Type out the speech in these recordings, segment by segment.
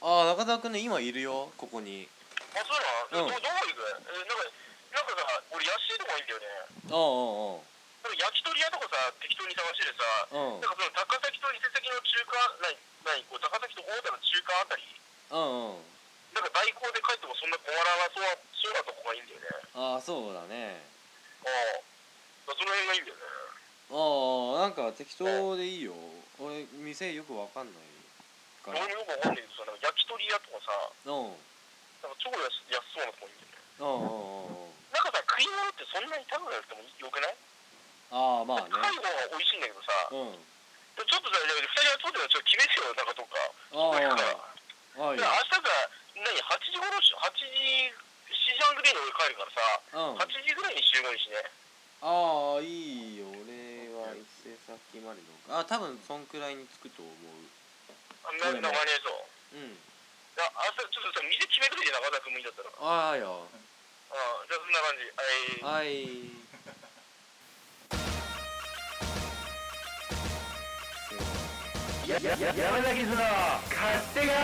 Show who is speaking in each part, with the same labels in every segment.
Speaker 1: 中澤君ね今いるよここに
Speaker 2: あそうなの、
Speaker 1: うん
Speaker 2: どどこ行くえなんかなんかさ俺安いとこがいいんだよね
Speaker 1: うんうんうん
Speaker 2: なんか焼き鳥屋とかさ適当に探しててさ、
Speaker 1: うん
Speaker 2: なんかその高崎と伊勢崎の中間ないないこう高崎と大田の中間あたり
Speaker 1: うんうん
Speaker 2: なんか代行で帰ってもそんな困らなそうなそうなとこがいいんだよね
Speaker 1: ああそうだね
Speaker 2: ああその辺がいいんだよね
Speaker 1: ああなんか適当でいいよ俺店よくわかんないか
Speaker 2: 俺
Speaker 1: ら
Speaker 2: もよくわかんないけどさなんか焼き鳥屋とかさ
Speaker 1: うんうん
Speaker 2: なんか超安安そうなとこいいんだよね
Speaker 1: うんうんうん
Speaker 2: なんかさ食い物ってそんなに高くなくてもよくない
Speaker 1: ああまあね
Speaker 2: 高い方が美味しいんだけどさ
Speaker 1: うん
Speaker 2: ちょっとさだけど二人集まってたらちょっと決めてよなんかどっか
Speaker 1: あ
Speaker 2: 俺行くから
Speaker 1: あああいい
Speaker 2: 明日
Speaker 1: よ
Speaker 2: が何8時頃し8時7時半ぐらいに俺帰るからさ
Speaker 1: うんあ
Speaker 2: 8時ぐらいに集合にしね
Speaker 1: あいいよ俺は伊勢崎までのあ多分そんくらいに着くと思う
Speaker 2: あんな
Speaker 1: うん
Speaker 2: 間に合いそう
Speaker 1: うん
Speaker 2: あ明日ちょっとさ店決めといて中田君もいいんだったらうん
Speaker 1: ああよ
Speaker 2: じゃあそんな感じはい
Speaker 1: はい
Speaker 3: ややや山崎図の勝手が違う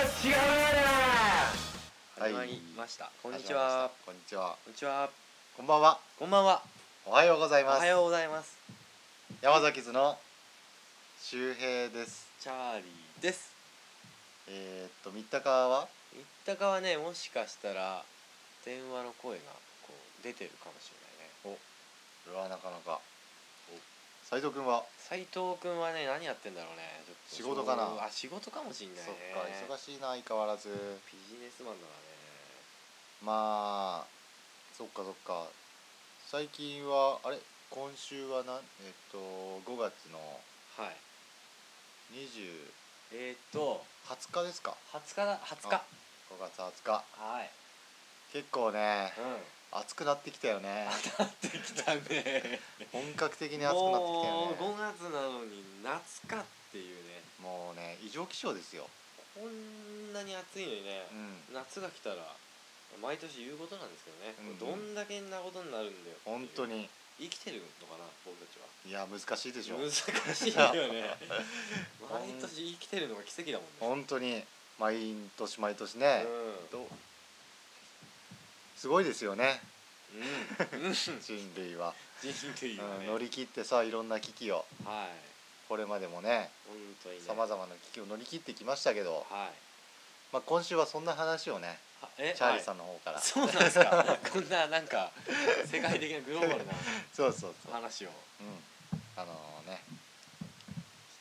Speaker 1: 始まりましたこんにちは
Speaker 3: こんにちは
Speaker 1: こんにちは
Speaker 3: こんばんは
Speaker 1: こんばんは
Speaker 3: おはようござい
Speaker 1: お
Speaker 3: ます
Speaker 1: はようございます
Speaker 3: 山崎図の周平です
Speaker 1: チャーリーです
Speaker 3: えー、っと三鷹は
Speaker 1: 言ったかはねもしかしたら電話の声がこう出てるかもしれないね
Speaker 3: うわなかなか斉藤君は
Speaker 1: 斉藤君はね何やってんだろうねちょっと
Speaker 3: 仕事かな
Speaker 1: そうあ仕事かもしんないね
Speaker 3: そっか忙しいな相変わらず
Speaker 1: ビジネスマンだか
Speaker 3: まあそっかそっか最近はあれ今週はなんえっと5月の
Speaker 1: らねはい
Speaker 3: 20
Speaker 1: えー、っと
Speaker 3: 20日ですか
Speaker 1: 20日だ20日
Speaker 3: あ5月20日
Speaker 1: はい
Speaker 3: 結構ね
Speaker 1: うん
Speaker 3: 暑くなってきたよ ね
Speaker 1: 当たってきたね
Speaker 3: 本格的に暑くなってきた
Speaker 1: もう
Speaker 3: よね
Speaker 1: 5月なのに夏かっていうね
Speaker 3: もうね異常気象ですよ
Speaker 1: こんなに暑いのにね、
Speaker 3: うん
Speaker 1: 夏が来たら毎年言うことなんですけどね、
Speaker 3: うん
Speaker 1: どんだけんなことになるんだよっていう
Speaker 3: 本当に
Speaker 1: 生きてるのかな僕たちはい
Speaker 3: や難しいでしょ
Speaker 1: 難しいよ ね
Speaker 3: ほん
Speaker 1: 毎年生きてるのが奇跡だもんね
Speaker 3: 本当に毎年毎年ね、どうすごいですよね
Speaker 1: うん、うん、人
Speaker 3: 人類は、
Speaker 1: 類は
Speaker 3: うん
Speaker 1: ね、
Speaker 3: 乗り切ってさいろんな危機を
Speaker 1: はい
Speaker 3: これまでもね
Speaker 1: 本当にね
Speaker 3: さまざまな危機を乗り切ってきましたけど、
Speaker 1: はい
Speaker 3: まあ、今週はそんな話をね
Speaker 1: はえ
Speaker 3: チャーリー
Speaker 1: ん、
Speaker 3: さんの方から、
Speaker 1: はいそうなんですかこんななんか世界的なグローバル な
Speaker 3: そうそうそう、うん、
Speaker 1: 話を
Speaker 3: あのね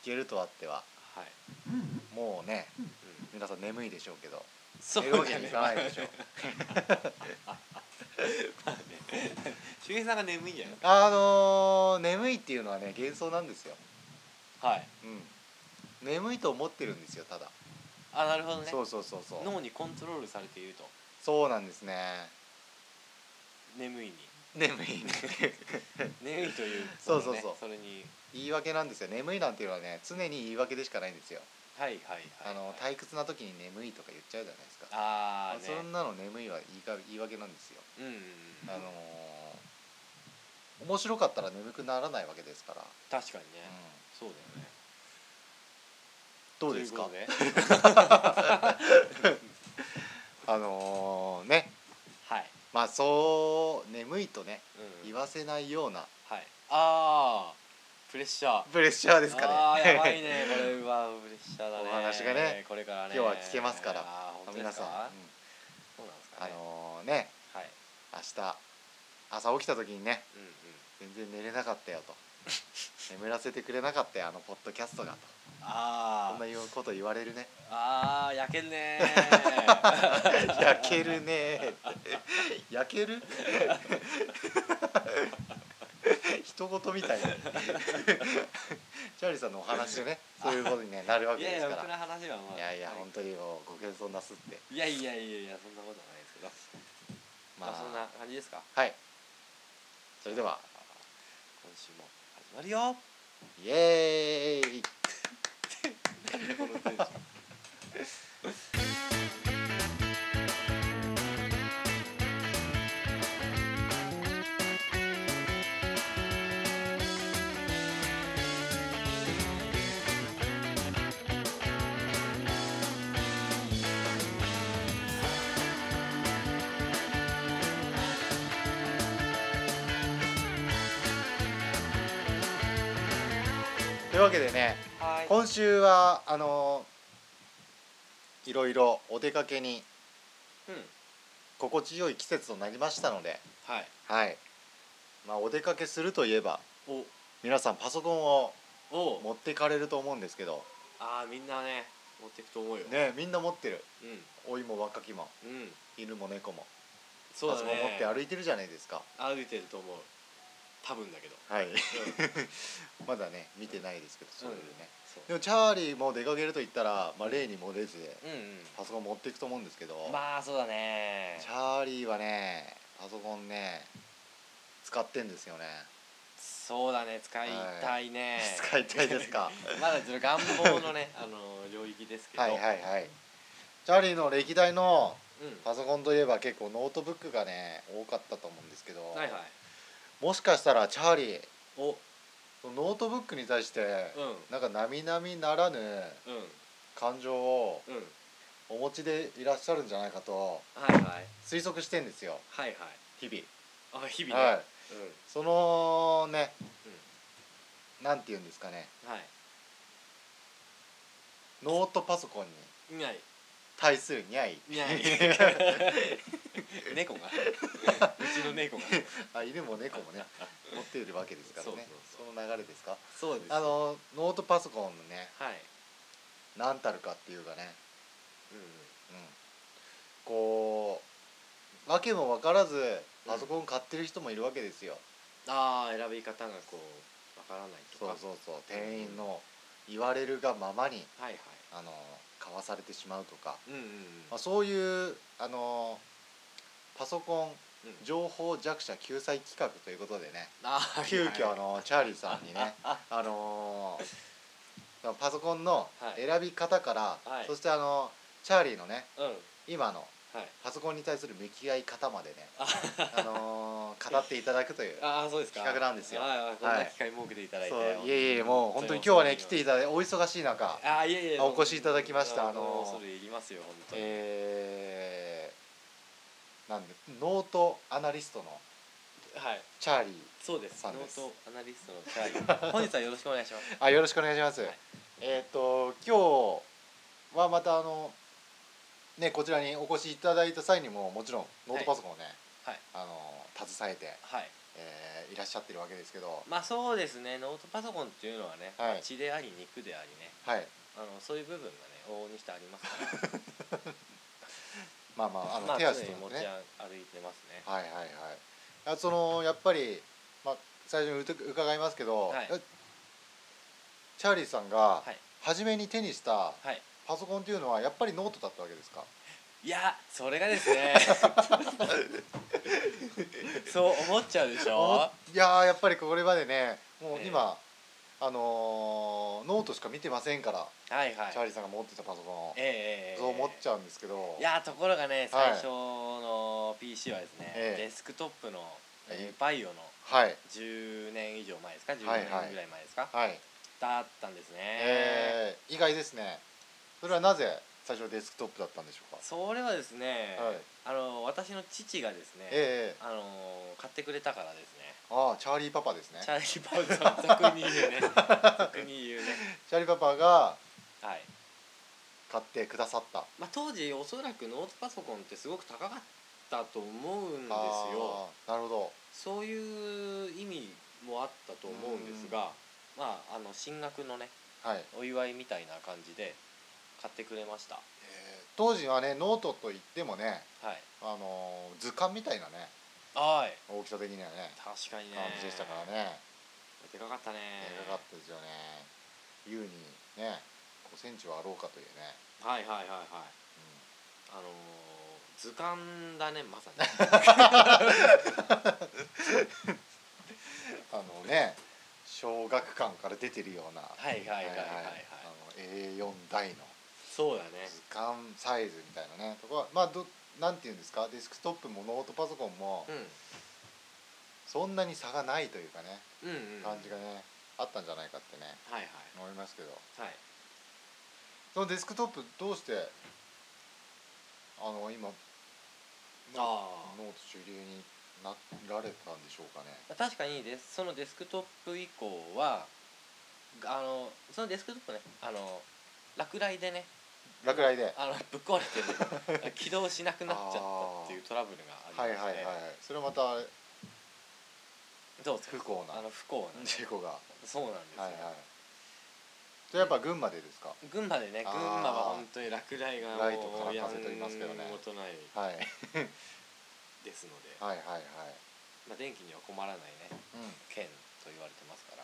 Speaker 3: 聞けるとあっては
Speaker 1: はい、
Speaker 3: もうね
Speaker 1: うん、
Speaker 3: 皆さん眠いでしょうけど
Speaker 1: そ
Speaker 3: 寝るわけにいか ないでしょ
Speaker 1: 周平さんが眠いんじゃない
Speaker 3: あのー眠いっていうのはね幻想なんですよ、
Speaker 1: はい
Speaker 3: うん、眠いと思ってるんですよただ、
Speaker 1: あなるほどね
Speaker 3: そうそうそうそう
Speaker 1: 脳にコントロールされていると
Speaker 3: そうなんですね
Speaker 1: 眠いに
Speaker 3: 眠いね
Speaker 1: 眠いという、
Speaker 3: そうそ
Speaker 1: の
Speaker 3: うそう
Speaker 1: ねそれに
Speaker 3: 言い訳なんですよ眠いなんていうのはね常に言い訳でしかないんですよ、
Speaker 1: はいはいはい、
Speaker 3: あの退屈な時に眠いとか言っちゃうじゃないですか
Speaker 1: あーね
Speaker 3: そんなの眠いは言いか言い訳なんですよ、
Speaker 1: うんうんうん
Speaker 3: あのー面白かったら眠くならないわけですから、
Speaker 1: 確かにね、
Speaker 3: うん
Speaker 1: そうだよね
Speaker 3: どうですか
Speaker 1: ということで
Speaker 3: あのーね
Speaker 1: はい、
Speaker 3: まあそう眠いとね
Speaker 1: うん、
Speaker 3: 言わせないような
Speaker 1: はいあープレッシャー
Speaker 3: プレッシャーですかね
Speaker 1: あーやばいねこれはプレッシャーだね
Speaker 3: お話がね
Speaker 1: これからね
Speaker 3: 今日は聞けますから
Speaker 1: あー本当で
Speaker 3: 皆
Speaker 1: す
Speaker 3: さん、
Speaker 1: か
Speaker 3: う
Speaker 1: そうなんです
Speaker 3: ん
Speaker 1: か
Speaker 3: あ
Speaker 1: ね
Speaker 3: のーね
Speaker 1: はい
Speaker 3: 明日朝起きた時にね
Speaker 1: うんうん
Speaker 3: 全然寝れなかっ たよと眠らせてくれなかったよあのポッドキャストがとこ
Speaker 1: あ
Speaker 3: んな
Speaker 1: ー
Speaker 3: いうこと言われるね
Speaker 1: あー焼けんね
Speaker 3: 焼けるねー 焼ける 一言みたいにチャーリーさんのお話でねそういうことに、ね、なるわ
Speaker 1: い
Speaker 3: けで
Speaker 1: やい
Speaker 3: す
Speaker 1: や
Speaker 3: か
Speaker 1: 僕の
Speaker 3: ら
Speaker 1: 話はもう
Speaker 3: いやいや本当にもうご謙遜なすって
Speaker 1: いやいやいやいやそんなことはないですけどまあそんな感じですか
Speaker 3: はいそれでは
Speaker 1: 今週も始まるよ
Speaker 3: イエーイ
Speaker 1: 「
Speaker 3: いうわけでね
Speaker 1: はい
Speaker 3: 今週はあのいろいろお出かけに
Speaker 1: うん
Speaker 3: 心地よい季節となりましたので
Speaker 1: はい
Speaker 3: はいまあお出かけするといえば
Speaker 1: お
Speaker 3: 皆さんパソコンを
Speaker 1: お
Speaker 3: 持ってかれると思うんですけど
Speaker 1: ああみんなね持っていくと思うよ
Speaker 3: ねみんな持ってる
Speaker 1: うん
Speaker 3: 老いも若きも
Speaker 1: うん
Speaker 3: 犬も猫も
Speaker 1: そうだ
Speaker 3: パソコン持
Speaker 1: ね
Speaker 3: って歩いてるじゃないですか
Speaker 1: 歩いてると思う多分だけど
Speaker 3: はい
Speaker 1: うん
Speaker 3: まだね見てないですけどそうですね、
Speaker 1: そう
Speaker 3: でもチャーリーも出かけると言ったら、まあ、例に漏れず
Speaker 1: うん
Speaker 3: パソコン持っていくと思うんですけど、
Speaker 1: うんまあそうだね
Speaker 3: チャーリーはねパソコンね使ってんですよね、
Speaker 1: そうだね使いたいね
Speaker 3: 使いたいですか
Speaker 1: まだちょっと願望の ねあの領域ですけど
Speaker 3: はいはいはいチャーリーの歴代の
Speaker 1: うん
Speaker 3: パソコンといえば結構ノートブックがね多かったと思うんですけど、
Speaker 1: はいはい
Speaker 3: もしかしたらチャーリー
Speaker 1: お
Speaker 3: そのノートブックに対して、
Speaker 1: うん
Speaker 3: なんか並々ならぬ
Speaker 1: うん
Speaker 3: 感情を
Speaker 1: うん
Speaker 3: お持ちでいらっしゃるんじゃないかと
Speaker 1: はいはい
Speaker 3: 推測してんですよ
Speaker 1: はい
Speaker 3: 日々。
Speaker 1: はいあ日々ね、
Speaker 3: はい、
Speaker 1: う
Speaker 3: そのね、なんて言うんですかね
Speaker 1: んはい
Speaker 3: ノートパソコンに
Speaker 1: いない
Speaker 3: 対するニャイ
Speaker 1: いない猫がうちの猫が
Speaker 3: あ犬も猫もね持っているわけですから
Speaker 1: そ
Speaker 3: ね
Speaker 1: うそう
Speaker 3: その流れですか
Speaker 1: そうです
Speaker 3: あのノートパソコンのね
Speaker 1: はい、
Speaker 3: 何たるかっていうかね、
Speaker 1: うん
Speaker 3: うん、こう訳も分からずパソコン買ってる人もいるわけですよ、
Speaker 1: ああ選び方がこうわからないと
Speaker 3: そう
Speaker 1: か
Speaker 3: そうそう店員の言われるがままに
Speaker 1: はいはい
Speaker 3: あの買わされてしまうとか、
Speaker 1: うんうん
Speaker 3: まあ、そういうあのパソコン
Speaker 1: うん
Speaker 3: 情報弱者救済企画ということでね
Speaker 1: あー
Speaker 3: 急
Speaker 1: はいは
Speaker 3: 遽あ
Speaker 1: い
Speaker 3: のチャーリーさんにねあのーパソコンの
Speaker 1: はい
Speaker 3: 選び方から、
Speaker 1: はい
Speaker 3: そしてあのチャーリーのね
Speaker 1: うん
Speaker 3: 今の
Speaker 1: はい
Speaker 3: パソコンに対する向き合い方までねあのー語っていただくという
Speaker 1: ああそうですか
Speaker 3: 企画なんですよ
Speaker 1: はいはいこんな機会設けていただいて、
Speaker 3: そういえいえもう本当に今日はね来ていただいてお忙しい中
Speaker 1: あいえいえ
Speaker 3: お越しいただきました
Speaker 1: あの
Speaker 3: あの
Speaker 1: それいりますよ本当に、
Speaker 3: えー、なんでノートアナリストの
Speaker 1: はい
Speaker 3: チャーリー
Speaker 1: そうです
Speaker 3: さ
Speaker 1: ノ
Speaker 3: んです
Speaker 1: ートアナリストのチャーリー 本日はよろしくお願いします
Speaker 3: あよろしくお願いします、
Speaker 1: はい
Speaker 3: えっ、と今日はまたあのねこちらにお越しいただいた際にももちろんノートパソコンをね、
Speaker 1: はい
Speaker 3: あの携えて、
Speaker 1: はい
Speaker 3: えーいらっしゃってるわけですけど
Speaker 1: まあそうですねノートパソコンっていうのはね、
Speaker 3: はい
Speaker 1: 血であり肉でありね
Speaker 3: はい
Speaker 1: あのそういう部分がね往々にしてありますから
Speaker 3: まあまああの、
Speaker 1: まあ
Speaker 3: 手
Speaker 1: 常
Speaker 3: 足と
Speaker 1: に
Speaker 3: な
Speaker 1: 持
Speaker 3: ん
Speaker 1: ち
Speaker 3: てね
Speaker 1: 歩いてますね
Speaker 3: はいはいはいあそのやっぱり、まあ、最初にうて伺いますけど、
Speaker 1: はい
Speaker 3: えチャーリーさんが
Speaker 1: はい
Speaker 3: 初めに手にし
Speaker 1: は
Speaker 3: た
Speaker 1: い
Speaker 3: パソコンっていうのはやっぱりノートだったわけですか
Speaker 1: いやそれがです ねそう思っちゃうでしょ
Speaker 3: おいやーやっぱりこれまでねもう今、あのーノートしか見てませんから、
Speaker 1: はいはい
Speaker 3: チャーリーさんが持ってたパソコンを、
Speaker 1: ええええええ
Speaker 3: そう思っちゃうんですけど
Speaker 1: いやところがね
Speaker 3: はい
Speaker 1: 最初の PC はですね、
Speaker 3: ええ
Speaker 1: デスクトップの、
Speaker 3: ええ
Speaker 1: えーバイオの
Speaker 3: はい
Speaker 1: 10年以上前ですか10
Speaker 3: はい
Speaker 1: 年
Speaker 3: はい
Speaker 1: ぐらい前ですか、
Speaker 3: はい
Speaker 1: だったんですね、
Speaker 3: えー意外ですねそれはなぜ最初デスクトップだったんでしょうか
Speaker 1: それはですね、
Speaker 3: はい
Speaker 1: あの私の父がですね、
Speaker 3: ええ
Speaker 1: あの買ってくれたからですね
Speaker 3: ああチャーリーパパですね
Speaker 1: チャーリー・パウダー俗に言う ね俗に言うね
Speaker 3: チャーリーパパが
Speaker 1: はい
Speaker 3: 買ってくださった
Speaker 1: まあ、当時おそらくノートパソコンってすごく高かったと思うんですよ
Speaker 3: あーなるほど
Speaker 1: そういう意味もあったと思うんですが、まああの進学のね
Speaker 3: はい、
Speaker 1: お祝いみたいな感じで買ってくれましたは
Speaker 3: 当時はねノートといってもね
Speaker 1: い
Speaker 3: あのー図鑑みたいなね
Speaker 1: はい
Speaker 3: 大きさ的にはね
Speaker 1: 確かにね
Speaker 3: 感じでしたからね
Speaker 1: でかかったね
Speaker 3: でかかったですよね優にね5センチはあろうかというね、
Speaker 1: はいはいはいはいあのー図鑑だねまさに
Speaker 3: うんあのね小学館から出てるようなは
Speaker 1: はいはいはいはいはい
Speaker 3: あの A4 台の
Speaker 1: そうだね
Speaker 3: 図鑑サイズみたいなねとこはまあどなんていうんですかデスクトップもノートパソコンも
Speaker 1: う
Speaker 3: そんなに差がないというかね
Speaker 1: んうんうん
Speaker 3: 感じがねあったんじゃないかってね
Speaker 1: はいはい
Speaker 3: 思いますけど
Speaker 1: はい
Speaker 3: そのデスクトップどうしてあの今
Speaker 1: ああ
Speaker 3: ノート主流になられたんでしょうかね
Speaker 1: 確かにでそのデスクトップ以降はあのそのデスクトップねあの落雷でね
Speaker 3: 落雷で
Speaker 1: あのぶっ壊れて る起動しなくなっちゃったっていうトラブルがあ
Speaker 3: はい
Speaker 1: り
Speaker 3: はい
Speaker 1: ま
Speaker 3: は
Speaker 1: し
Speaker 3: い
Speaker 1: て、
Speaker 3: それまたあれ
Speaker 1: どうです
Speaker 3: 不
Speaker 1: か
Speaker 3: 幸
Speaker 1: あ
Speaker 3: な
Speaker 1: の不幸な
Speaker 3: 事故がは
Speaker 1: そうなんです
Speaker 3: い
Speaker 1: よ、
Speaker 3: はいそれやっぱ群馬でですか
Speaker 1: 群馬でね群
Speaker 3: あー
Speaker 1: 馬は本当に落雷がも
Speaker 3: ライトから
Speaker 1: うやん
Speaker 3: 風と言いますけどね
Speaker 1: ごとない
Speaker 3: はい
Speaker 1: ですので、
Speaker 3: はいはいはい
Speaker 1: まあ、電気には困らないね
Speaker 3: うん
Speaker 1: 県と言われてますから、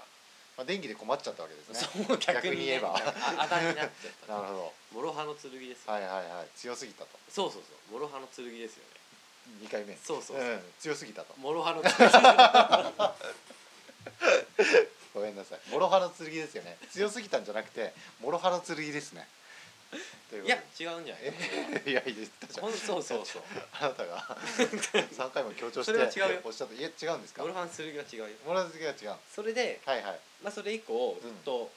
Speaker 3: まあ電気で困っちゃったわけですね
Speaker 1: そう 逆に,、
Speaker 3: 逆に言えば
Speaker 1: ああだになっちゃった、
Speaker 3: なるほ
Speaker 1: モロハの剣です
Speaker 3: ど
Speaker 1: よ、
Speaker 3: はいはいはい強すぎたと
Speaker 1: そうそうそうモロハの剣ですよね
Speaker 3: 2回目
Speaker 1: そうそうそう、
Speaker 3: ん、強すぎたと
Speaker 1: モロハの 剣
Speaker 3: ごめんなさい諸刃の剣ですよね強すぎたんじゃなくて諸刃の剣ですねとうこ
Speaker 1: いや違うんじゃない
Speaker 3: えとでいや言ったじゃん
Speaker 1: ほんそうそうそう
Speaker 3: あなたが 3回も強調して
Speaker 1: それは違うよ
Speaker 3: おっしゃったいや違うんですか
Speaker 1: モロ
Speaker 3: 諸刃
Speaker 1: ハの剣は違うよ
Speaker 3: の剣は違う
Speaker 1: それで、
Speaker 3: はいはい
Speaker 1: まあ、それ以降ずっと、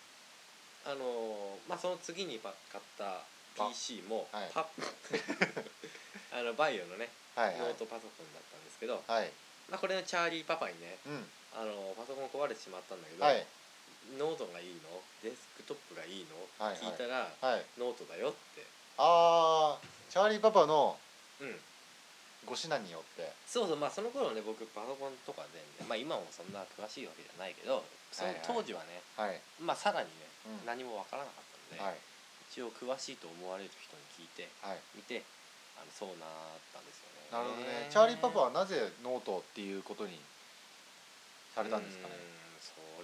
Speaker 1: あのーまあその次にば買った
Speaker 3: パ
Speaker 1: PC も
Speaker 3: はい
Speaker 1: パッあのバイオのね
Speaker 3: はいはい
Speaker 1: ノートパソコンだったんですけど、
Speaker 3: はい
Speaker 1: まあ、これのチャーリーパパにね
Speaker 3: うん
Speaker 1: あのーパソコン壊れてしまったんだけど、
Speaker 3: はい
Speaker 1: ノートがいいのデスクトップがいいの、
Speaker 3: はいはい
Speaker 1: 聞いたら、
Speaker 3: はい
Speaker 1: ノートだよって
Speaker 3: あーチャーリーパパの
Speaker 1: うん
Speaker 3: ご指南によって
Speaker 1: そうそうまあその頃ね僕パソコンとかで、まあ今もそんな詳しいわけじゃないけどその当時はね、
Speaker 3: はい
Speaker 1: まあさらにね、
Speaker 3: うん
Speaker 1: 何もわからなかったんで、
Speaker 3: はい
Speaker 1: 一応詳しいと思われる人に聞いて
Speaker 3: はい
Speaker 1: みてあのそうなったんですよね
Speaker 3: なるほどねチャーリーパパはなぜノートっていうことにされたんですかね
Speaker 1: うーん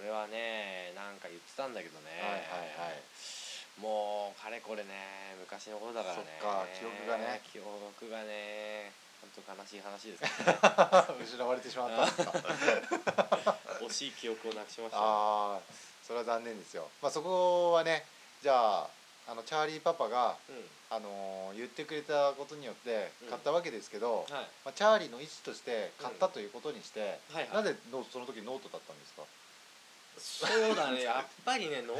Speaker 1: それはねなんか言ってたんだけどね
Speaker 3: はいはいはい
Speaker 1: もうかれこれね昔のことだからね
Speaker 3: そっか記憶がね
Speaker 1: 記憶がね本当悲しい話です け
Speaker 3: 失われてしまったんですか
Speaker 1: ど惜しい記憶をなくしましたよ
Speaker 3: ああそれは残念ですよ、まあ、そこはねじゃああのチャーリーパパが、
Speaker 1: う
Speaker 3: あのー言ってくれたことによって
Speaker 1: うん
Speaker 3: 買ったわけですけど、
Speaker 1: んはい
Speaker 3: まあ、チャーリーの意思として買ったということにして、
Speaker 1: うんはいはい
Speaker 3: なぜノその時ノートだったんですか
Speaker 1: そう だねやっぱりねの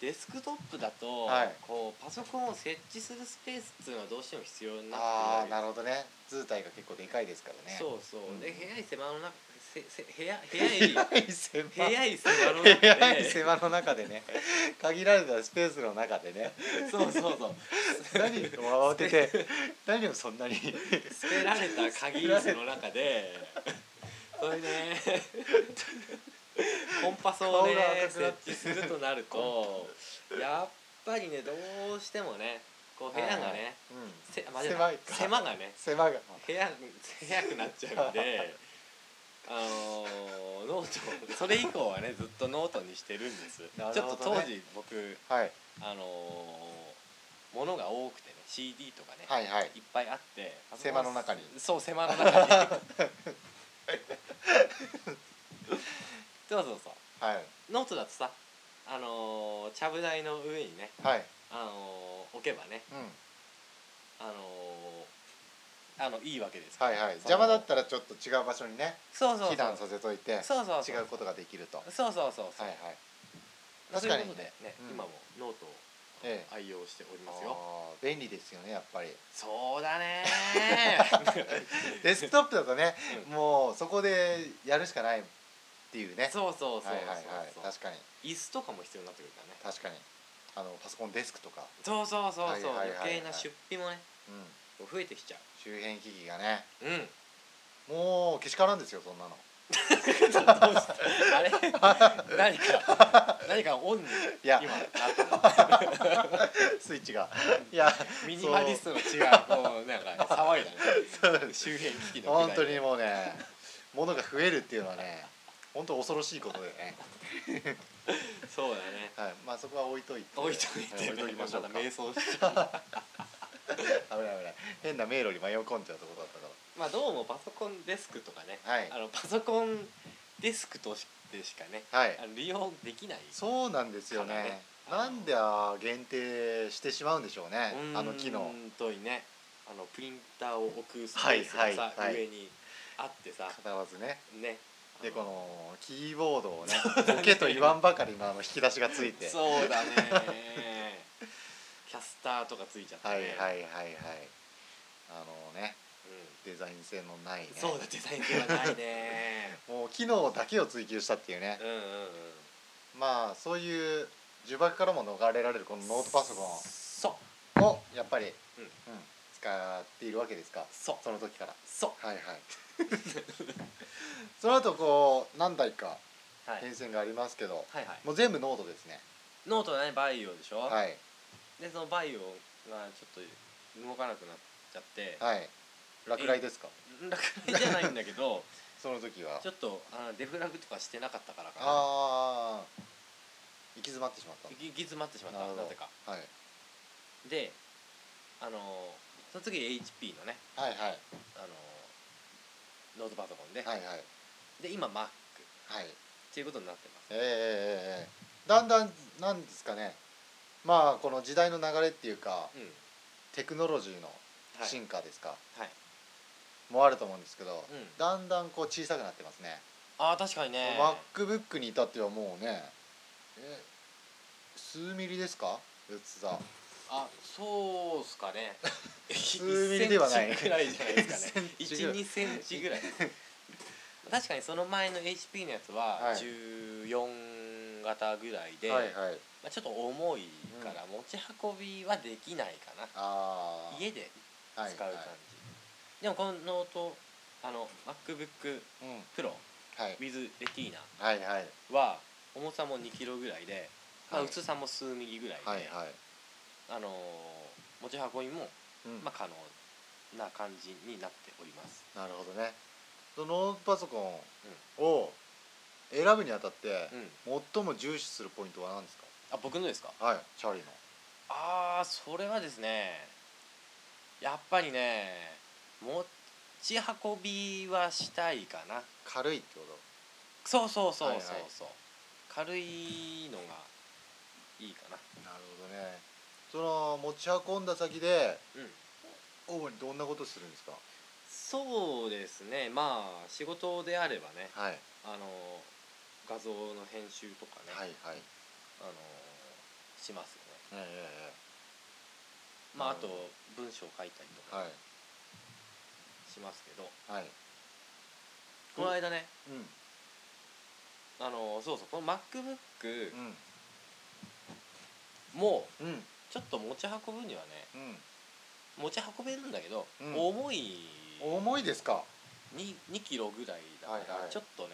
Speaker 1: デスクトップだと、
Speaker 3: はい
Speaker 1: こうパソコンを設置するスペースっていうのはどうしても必要になって
Speaker 3: ああなる
Speaker 1: ほ
Speaker 3: ほどね図体が結構でかいですからね
Speaker 1: そうそう、
Speaker 3: うん
Speaker 1: で部屋に狭の中せせ部屋部屋 入り
Speaker 3: 部屋に狭
Speaker 1: 部屋に狭の
Speaker 3: 部
Speaker 1: 中
Speaker 3: 屋に
Speaker 1: で
Speaker 3: 狭の中でね限られたスペースの中でね
Speaker 1: そうそうそう
Speaker 3: 何を慌てて何をそんなに
Speaker 1: 捨てられた鍵石の中でそれねコンパスをね
Speaker 3: 顔が赤く
Speaker 1: 設
Speaker 3: なって
Speaker 1: 置するとなるとやっぱりねどうしてもねこう部屋がね、
Speaker 3: はいはいうん
Speaker 1: せ間違えた
Speaker 3: 狭いか
Speaker 1: 狭がね
Speaker 3: 狭が
Speaker 1: 部屋部屋くなっちゃうんであのーノートそれ以降はねずっとノートにしてるんです、
Speaker 3: なるほどね
Speaker 1: ちょっと当時僕
Speaker 3: はい
Speaker 1: あのー、ものが多くてね CD とかね、
Speaker 3: はいはい
Speaker 1: い、っぱいあって
Speaker 3: 狭の中に
Speaker 1: そう狭の中にそうそうそ
Speaker 3: はい、
Speaker 1: うノートだとさあのー、ちゃぶ台の上にね、
Speaker 3: はい、
Speaker 1: あのー、置けばね
Speaker 3: うん、
Speaker 1: あのー、あのいいわけです
Speaker 3: はい
Speaker 1: い
Speaker 3: はい、邪魔だったらちょっと違う場所にね、
Speaker 1: そうそうそう
Speaker 3: 避難させといて、
Speaker 1: そうそうそう
Speaker 3: 違うことができると。は
Speaker 1: そうそうそう
Speaker 3: い
Speaker 1: そう、
Speaker 3: はい。
Speaker 1: そ
Speaker 3: 確
Speaker 1: うい
Speaker 3: か
Speaker 1: う
Speaker 3: に
Speaker 1: ことでね、
Speaker 3: うん
Speaker 1: 今もノートを
Speaker 3: ええ
Speaker 1: 愛用しておりますよ、
Speaker 3: あー便利ですよね、やっぱり。
Speaker 1: そうだね
Speaker 3: デスクトップだとね、
Speaker 1: う
Speaker 3: もうそこでやるしかないっていうね。
Speaker 1: そうそうそうそう、
Speaker 3: はいはいはい、確かに、
Speaker 1: 椅子とかも必要になってくるからね
Speaker 3: 確かに。あのパソコンデスクとか、
Speaker 1: そうそうそうそう、
Speaker 3: はいはいはいはい
Speaker 1: 余計な出費もね
Speaker 3: うん、
Speaker 1: 増えてきちゃ
Speaker 3: 周辺機器がね、
Speaker 1: ううん
Speaker 3: もうけしからんですよ、そんなの。
Speaker 1: あれ 何か何かオンに
Speaker 3: いや
Speaker 1: 今なった
Speaker 3: スイッチが。いや、
Speaker 1: ミニマリストの違うこうなんか騒いだね
Speaker 3: そうです
Speaker 1: 周辺機器の
Speaker 3: 本当にもうね物が増えるっていうのはね本当恐ろしいことでね、
Speaker 1: そうだね
Speaker 3: はい、まあそこは置いといて
Speaker 1: 置いといて、
Speaker 3: は置いときましょうか、
Speaker 1: まだ
Speaker 3: 危な
Speaker 1: 瞑
Speaker 3: い
Speaker 1: 想しちゃう
Speaker 3: 危ない変な迷路に迷い込んじゃうところだったか
Speaker 1: まあどうもパソコンデスクとかね、
Speaker 3: はい
Speaker 1: あのパソコンデスクとしてしかね
Speaker 3: らはい
Speaker 1: あの利用できない
Speaker 3: そうなんですよね
Speaker 1: からね
Speaker 3: なんであ限定してしまうんでしょうねあの機能
Speaker 1: 本当にねあのプリンターを置くスペースがさ、
Speaker 3: はいはいはい
Speaker 1: 上にあってさ
Speaker 3: 必ずね
Speaker 1: ね
Speaker 3: で
Speaker 1: あ
Speaker 3: このキーボードをねボケと言わんばかりのあの引き出しがついて
Speaker 1: そう だねキャスターとかついちゃってね
Speaker 3: はいはいはい
Speaker 1: うん
Speaker 3: はいあのねデザイン性のないね
Speaker 1: そう だデザイン系はないね
Speaker 3: もう機能だけを追求したっていうね
Speaker 1: うんうんうん
Speaker 3: まあそういう呪縛からも逃れられるこのノートパソコ
Speaker 1: そう
Speaker 3: ンをやっぱり、
Speaker 1: うん
Speaker 3: 使っているわけですか
Speaker 1: そう
Speaker 3: その時から
Speaker 1: そ
Speaker 3: はいはい その後こう何台か
Speaker 1: う、はい、
Speaker 3: 変遷がありますけど、
Speaker 1: はいはい
Speaker 3: もう全部ノートですね
Speaker 1: ノートはねバイオでしょ、
Speaker 3: はい
Speaker 1: でそのバイオがちょっと動かなくなっちゃって
Speaker 3: はい落雷ですか
Speaker 1: 楽にじゃないんだけど
Speaker 3: その時は
Speaker 1: ちょっとあのデフラグとかしてなかったからかな
Speaker 3: ああ行き詰まってしまった
Speaker 1: 行き行き詰まってしまった
Speaker 3: なるほど
Speaker 1: なぜか
Speaker 3: はい
Speaker 1: であのーその次 HP のね
Speaker 3: はいはい
Speaker 1: あのーノートパソコンで、
Speaker 3: はいはい
Speaker 1: で今 Mac っ
Speaker 3: はい
Speaker 1: ていうことになってます
Speaker 3: ええええええだんだんなんですかねまあこの時代の流れっていうか
Speaker 1: うん
Speaker 3: テクノロジーの
Speaker 1: はい
Speaker 3: 進化ですか、
Speaker 1: はい
Speaker 3: もあると思うんですけど、
Speaker 1: うん
Speaker 3: だんだんこう小さくなってますね、
Speaker 1: あー確かにね
Speaker 3: MacBook に至ってはもうねえ数ミリですか薄さ
Speaker 1: あそうっすかね数
Speaker 3: ミリではない
Speaker 1: くらいじゃないです かね
Speaker 3: 1センチぐらい
Speaker 1: 12センチぐらい確かにその前の HP のやつ
Speaker 3: は
Speaker 1: はい14型ぐらいで、
Speaker 3: はいはい
Speaker 1: まあ、ちょっと重いから持ち運びはできないかな、
Speaker 3: あー
Speaker 1: 家で使う
Speaker 3: はい
Speaker 1: 感じ、
Speaker 3: はい
Speaker 1: でもこのノートあの MacBookProWith
Speaker 3: うんはい
Speaker 1: レティーナ
Speaker 3: はいはい
Speaker 1: は重さも2キロぐらいで、まあ、
Speaker 3: はい
Speaker 1: 薄さも数ミリぐらいで、
Speaker 3: はいはい
Speaker 1: あのー持ち運びも
Speaker 3: うん
Speaker 1: まあ、可能な感じになっております
Speaker 3: なるほどねそのノートパソコンを選ぶにあたって
Speaker 1: うん
Speaker 3: 最も重視するポイントは何です
Speaker 1: あ僕のですか
Speaker 3: かはいチャーリーの
Speaker 1: ああそれはですねやっぱりね持ち運びはしたいかな
Speaker 3: 軽いってこ
Speaker 1: そうそうそう
Speaker 3: はい
Speaker 1: そう
Speaker 3: はい
Speaker 1: そう、軽いのがいいかな
Speaker 3: となるほどねその持ち運んだ先で
Speaker 1: うん
Speaker 3: 主にどんなことするんですか
Speaker 1: そうですねまあ仕事であればね
Speaker 3: はい
Speaker 1: あの画像の編集とかね、
Speaker 3: はいはい
Speaker 1: あのしますよね
Speaker 3: ええ
Speaker 1: まああ
Speaker 3: なる
Speaker 1: と
Speaker 3: ほど
Speaker 1: 文章書いたりと
Speaker 3: ええは
Speaker 1: かしますけど、
Speaker 3: いはい
Speaker 1: この間ね、
Speaker 3: うん
Speaker 1: あのそうそうこの MacBook
Speaker 3: うん
Speaker 1: も
Speaker 3: うん
Speaker 1: ちょっと持ち運ぶにはね
Speaker 3: うん
Speaker 1: 持ち運べるんだけど、
Speaker 3: うん
Speaker 1: 重い
Speaker 3: 重いですか
Speaker 1: に2キロぐらいだから、
Speaker 3: はいはい
Speaker 1: ちょっとね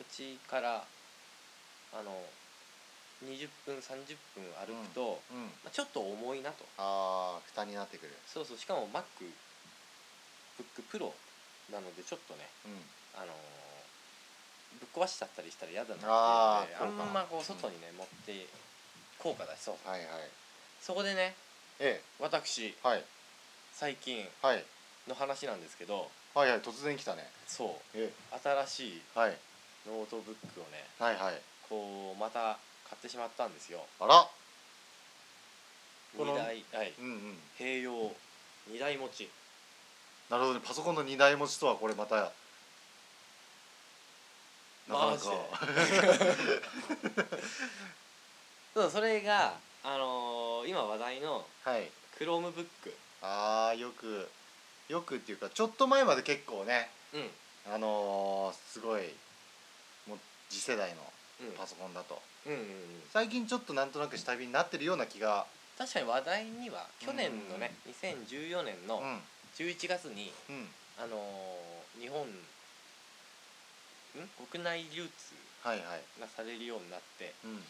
Speaker 1: うちからあの20分30分歩くと、
Speaker 3: うん
Speaker 1: まあ、ちょっと重いなと
Speaker 3: ああ負担になってくる
Speaker 1: そうそうしかも MacBookPro なのでちょっとね
Speaker 3: うん
Speaker 1: あのーぶっ壊しちゃったりしたら嫌だなって
Speaker 3: あー
Speaker 1: あんまこう
Speaker 3: そうか
Speaker 1: 外にね、持って効果だしそう
Speaker 3: はいはい
Speaker 1: そこでね
Speaker 3: え
Speaker 1: 私
Speaker 3: えはい
Speaker 1: 最近
Speaker 3: はい
Speaker 1: の話なんですけど
Speaker 3: はいはい突然来たね
Speaker 1: そ
Speaker 3: え
Speaker 1: う新しい
Speaker 3: えはい
Speaker 1: ノートブックをね
Speaker 3: はいはい
Speaker 1: こうまた買ってしまったんですよ
Speaker 3: あらこ
Speaker 1: 二
Speaker 3: の
Speaker 1: 台はい
Speaker 3: うんうん
Speaker 1: 併用二台持ち
Speaker 3: なるほどねパソコンの2台持ちとはこれまたなか
Speaker 1: マ
Speaker 3: な
Speaker 1: ジ
Speaker 3: か
Speaker 1: でそうそれがあのー今話題の
Speaker 3: はい
Speaker 1: Chromebook
Speaker 3: あーよくよくっていうかちょっと前まで結構ね
Speaker 1: うんうん
Speaker 3: あのーすごいもう次世代のパソコンだと、
Speaker 1: うんうんうん
Speaker 3: 最近ちょっとなんとなく下火になってるような気が
Speaker 1: 確かに話題には去年のね2014年
Speaker 3: う
Speaker 1: の
Speaker 3: ん
Speaker 1: 11月に
Speaker 3: うん
Speaker 1: あのー日本ん国内流通
Speaker 3: はいはい
Speaker 1: がされるようになって
Speaker 3: うん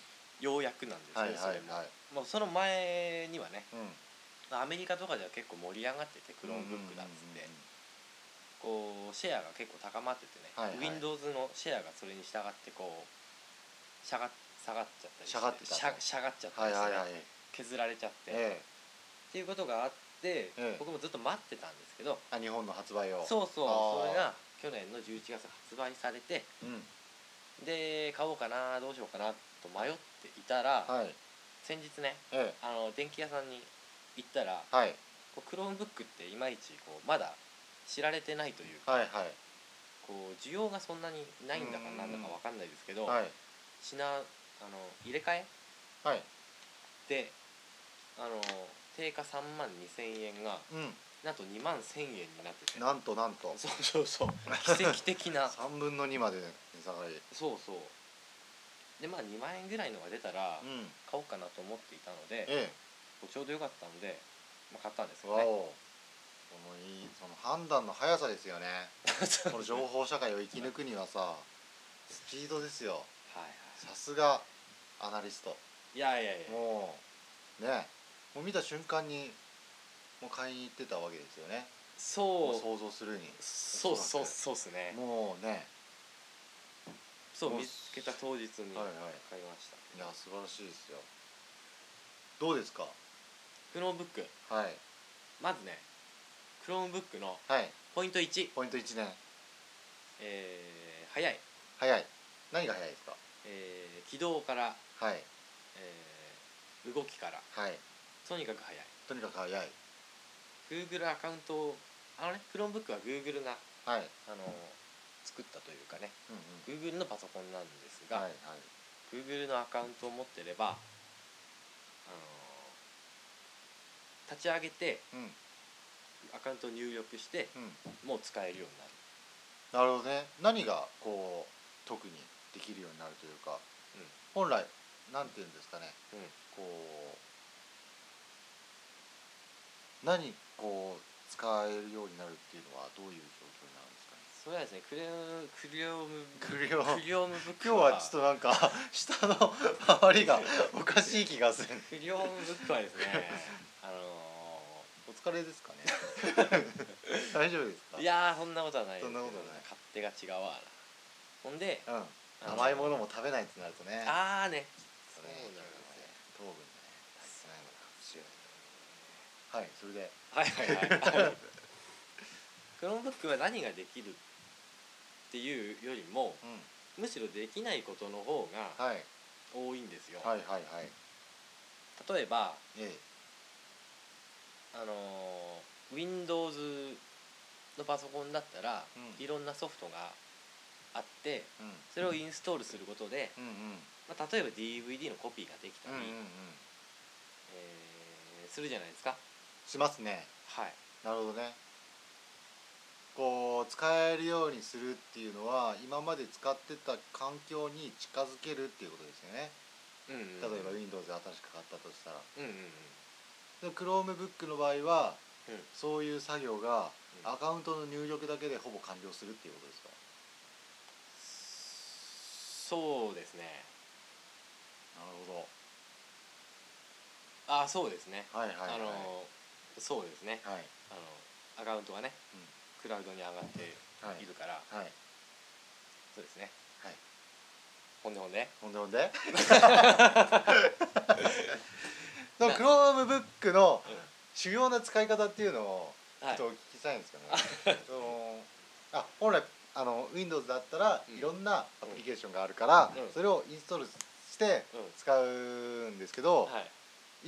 Speaker 1: ようやくなんですね、
Speaker 3: はいはい
Speaker 1: そ
Speaker 3: はい
Speaker 1: れももうその前にはね
Speaker 3: うん
Speaker 1: アメリカとかでは結構盛り上がっててクロームブックだっつって、こうシェアが結構高まっててね、
Speaker 3: はいはい
Speaker 1: Windows のシェアがそれに従ってこうしゃが下がっちゃったり
Speaker 3: 下がってた
Speaker 1: しゃしゃがっちゃった
Speaker 3: は
Speaker 1: り
Speaker 3: い
Speaker 1: して、
Speaker 3: はいはい
Speaker 1: 削られちゃって、っ
Speaker 3: ええ
Speaker 1: ていうことがあって、
Speaker 3: ええ
Speaker 1: 僕もずっと待ってたんですけど
Speaker 3: あ日本の発売を
Speaker 1: そうそうそ
Speaker 3: あー
Speaker 1: れが去年の11月発売されて
Speaker 3: うん
Speaker 1: で買おうかなどうしようかなと迷っていたら、
Speaker 3: はい
Speaker 1: 先日ね
Speaker 3: ええ
Speaker 1: あの電気屋さんに行ったら
Speaker 3: はい
Speaker 1: こう Chromebook っていまいちこうまだ知られてないというか、
Speaker 3: はいはい
Speaker 1: こう需要がそんなにないんだか
Speaker 3: うん
Speaker 1: なんだかわかんないですけど、
Speaker 3: はい
Speaker 1: 品あの入れ替え
Speaker 3: はい
Speaker 1: であの定価3万2,000円が
Speaker 3: うん
Speaker 1: なんと2万1,000円になってて
Speaker 3: なんとなんと
Speaker 1: そうそうそう奇跡的な
Speaker 3: 3分の2まで値下がり
Speaker 1: そうそうでまあ2万円ぐらいのが出たら
Speaker 3: うん
Speaker 1: 買おうかなと思っていたので、
Speaker 3: え
Speaker 1: ちょうどよかったので、まあ、買ったんです
Speaker 3: え
Speaker 1: けど
Speaker 3: わ
Speaker 1: ね
Speaker 3: おこのいいその判断の速さです よね
Speaker 1: そう
Speaker 3: この情報社会を生き抜くにはさスピードですよ
Speaker 1: はいは
Speaker 3: さすがアナリスト
Speaker 1: いいやいやいや
Speaker 3: もうねもう見た瞬間にもう買いに行ってたわけですよねもう
Speaker 1: そう
Speaker 3: 想像するに
Speaker 1: そう
Speaker 3: そ
Speaker 1: そううそうっすね
Speaker 3: もうね
Speaker 1: そ
Speaker 3: も
Speaker 1: う
Speaker 3: う
Speaker 1: 見つけた当日に買い
Speaker 3: はい
Speaker 1: ま
Speaker 3: はい
Speaker 1: した
Speaker 3: いや素晴らしいですよどうですか
Speaker 1: クロームブック
Speaker 3: はい
Speaker 1: まずねクロームブックの
Speaker 3: はい
Speaker 1: ポイント1、
Speaker 3: ポイント1年
Speaker 1: えー早い、
Speaker 3: 早い何が早いですか
Speaker 1: えー起動から、
Speaker 3: はい
Speaker 1: えー動きから
Speaker 3: はい
Speaker 1: とにかく早い
Speaker 3: とにかく早い
Speaker 1: Google アカウントをあのねクロームブックは Google が
Speaker 3: はい
Speaker 1: あの作ったというかね
Speaker 3: うん
Speaker 1: Google のパソコンなんです
Speaker 3: うん
Speaker 1: が、
Speaker 3: はいはい
Speaker 1: Google のアカウントを持ってれば、あの立ち上げて
Speaker 3: うん
Speaker 1: アカウントを入力して
Speaker 3: うん
Speaker 1: もう使えるようになる
Speaker 3: なるほどね何がこう特にできるようになるというか、
Speaker 1: うん
Speaker 3: 本来なんていうんですかね、
Speaker 1: うん
Speaker 3: こう何こう使えるようになるっていうのはどういう状況になるんですかね
Speaker 1: それはですねクレームクリオム
Speaker 3: クリオム
Speaker 1: クリオムブック
Speaker 3: 今日はちょっとなんか 下の周りがおかしい気がする
Speaker 1: クリオムブックはです ねあの
Speaker 3: お疲れですかね 大丈夫ですか
Speaker 1: いやーそんなことはないです
Speaker 3: そんなことない
Speaker 1: 勝手が違うわなほんで
Speaker 3: うん甘いものも食べないってなるとね
Speaker 1: ああね
Speaker 3: そ
Speaker 1: そうなんですよ
Speaker 3: 糖分ねないのかもしれないはいそれ
Speaker 1: はい
Speaker 3: で
Speaker 1: はいはいクロームブックは何ができるっていうよりも
Speaker 3: うん
Speaker 1: むしろできないことの方が
Speaker 3: はい
Speaker 1: 多いんですよ、
Speaker 3: はいはいはい
Speaker 1: 例えば
Speaker 3: ええ
Speaker 1: あのー Windows のパソコンだったら、
Speaker 3: うん
Speaker 1: いろんなソフトがあって
Speaker 3: うん
Speaker 1: それをインストールすることで、
Speaker 3: うんうん
Speaker 1: まあ、例えば DVD のコピーができた
Speaker 3: うん
Speaker 1: り、
Speaker 3: うんうん
Speaker 1: えーするじゃないですか
Speaker 3: しますね
Speaker 1: はい
Speaker 3: なるほどねこう使えるようにするっていうのは今まで使ってた環境に近づけるっていうことですよね
Speaker 1: うんうん
Speaker 3: 例えば
Speaker 1: うんうん
Speaker 3: Windows で新しく買ったとしたら
Speaker 1: うん
Speaker 3: で Chromebook の場合は、
Speaker 1: うん
Speaker 3: そういう作業が
Speaker 1: うん
Speaker 3: アカウントの入力だけでほぼ完了するっていうことですか
Speaker 1: そうですね
Speaker 3: なるほ
Speaker 1: あそうですね
Speaker 3: どはいはいはい
Speaker 1: あのそうですね
Speaker 3: はい
Speaker 1: あのアカウントがね、
Speaker 3: うん
Speaker 1: クラウドに上がって
Speaker 3: はい
Speaker 1: いるから、
Speaker 3: はい
Speaker 1: そうですね
Speaker 3: はい
Speaker 1: ほんでほんで
Speaker 3: ほんでほん でそ
Speaker 1: な
Speaker 3: の Chromebook の
Speaker 1: うん
Speaker 3: 主要な使い方っていうのをちょ
Speaker 1: は
Speaker 3: っ
Speaker 1: い
Speaker 3: とお聞きしたいんですけどねそのあ本来あの Windows だったら
Speaker 1: うん
Speaker 3: いろんなアプリケーションがあるから、
Speaker 1: うん
Speaker 3: それをインストールして
Speaker 1: う
Speaker 3: 使うんですけど
Speaker 1: ん、、はい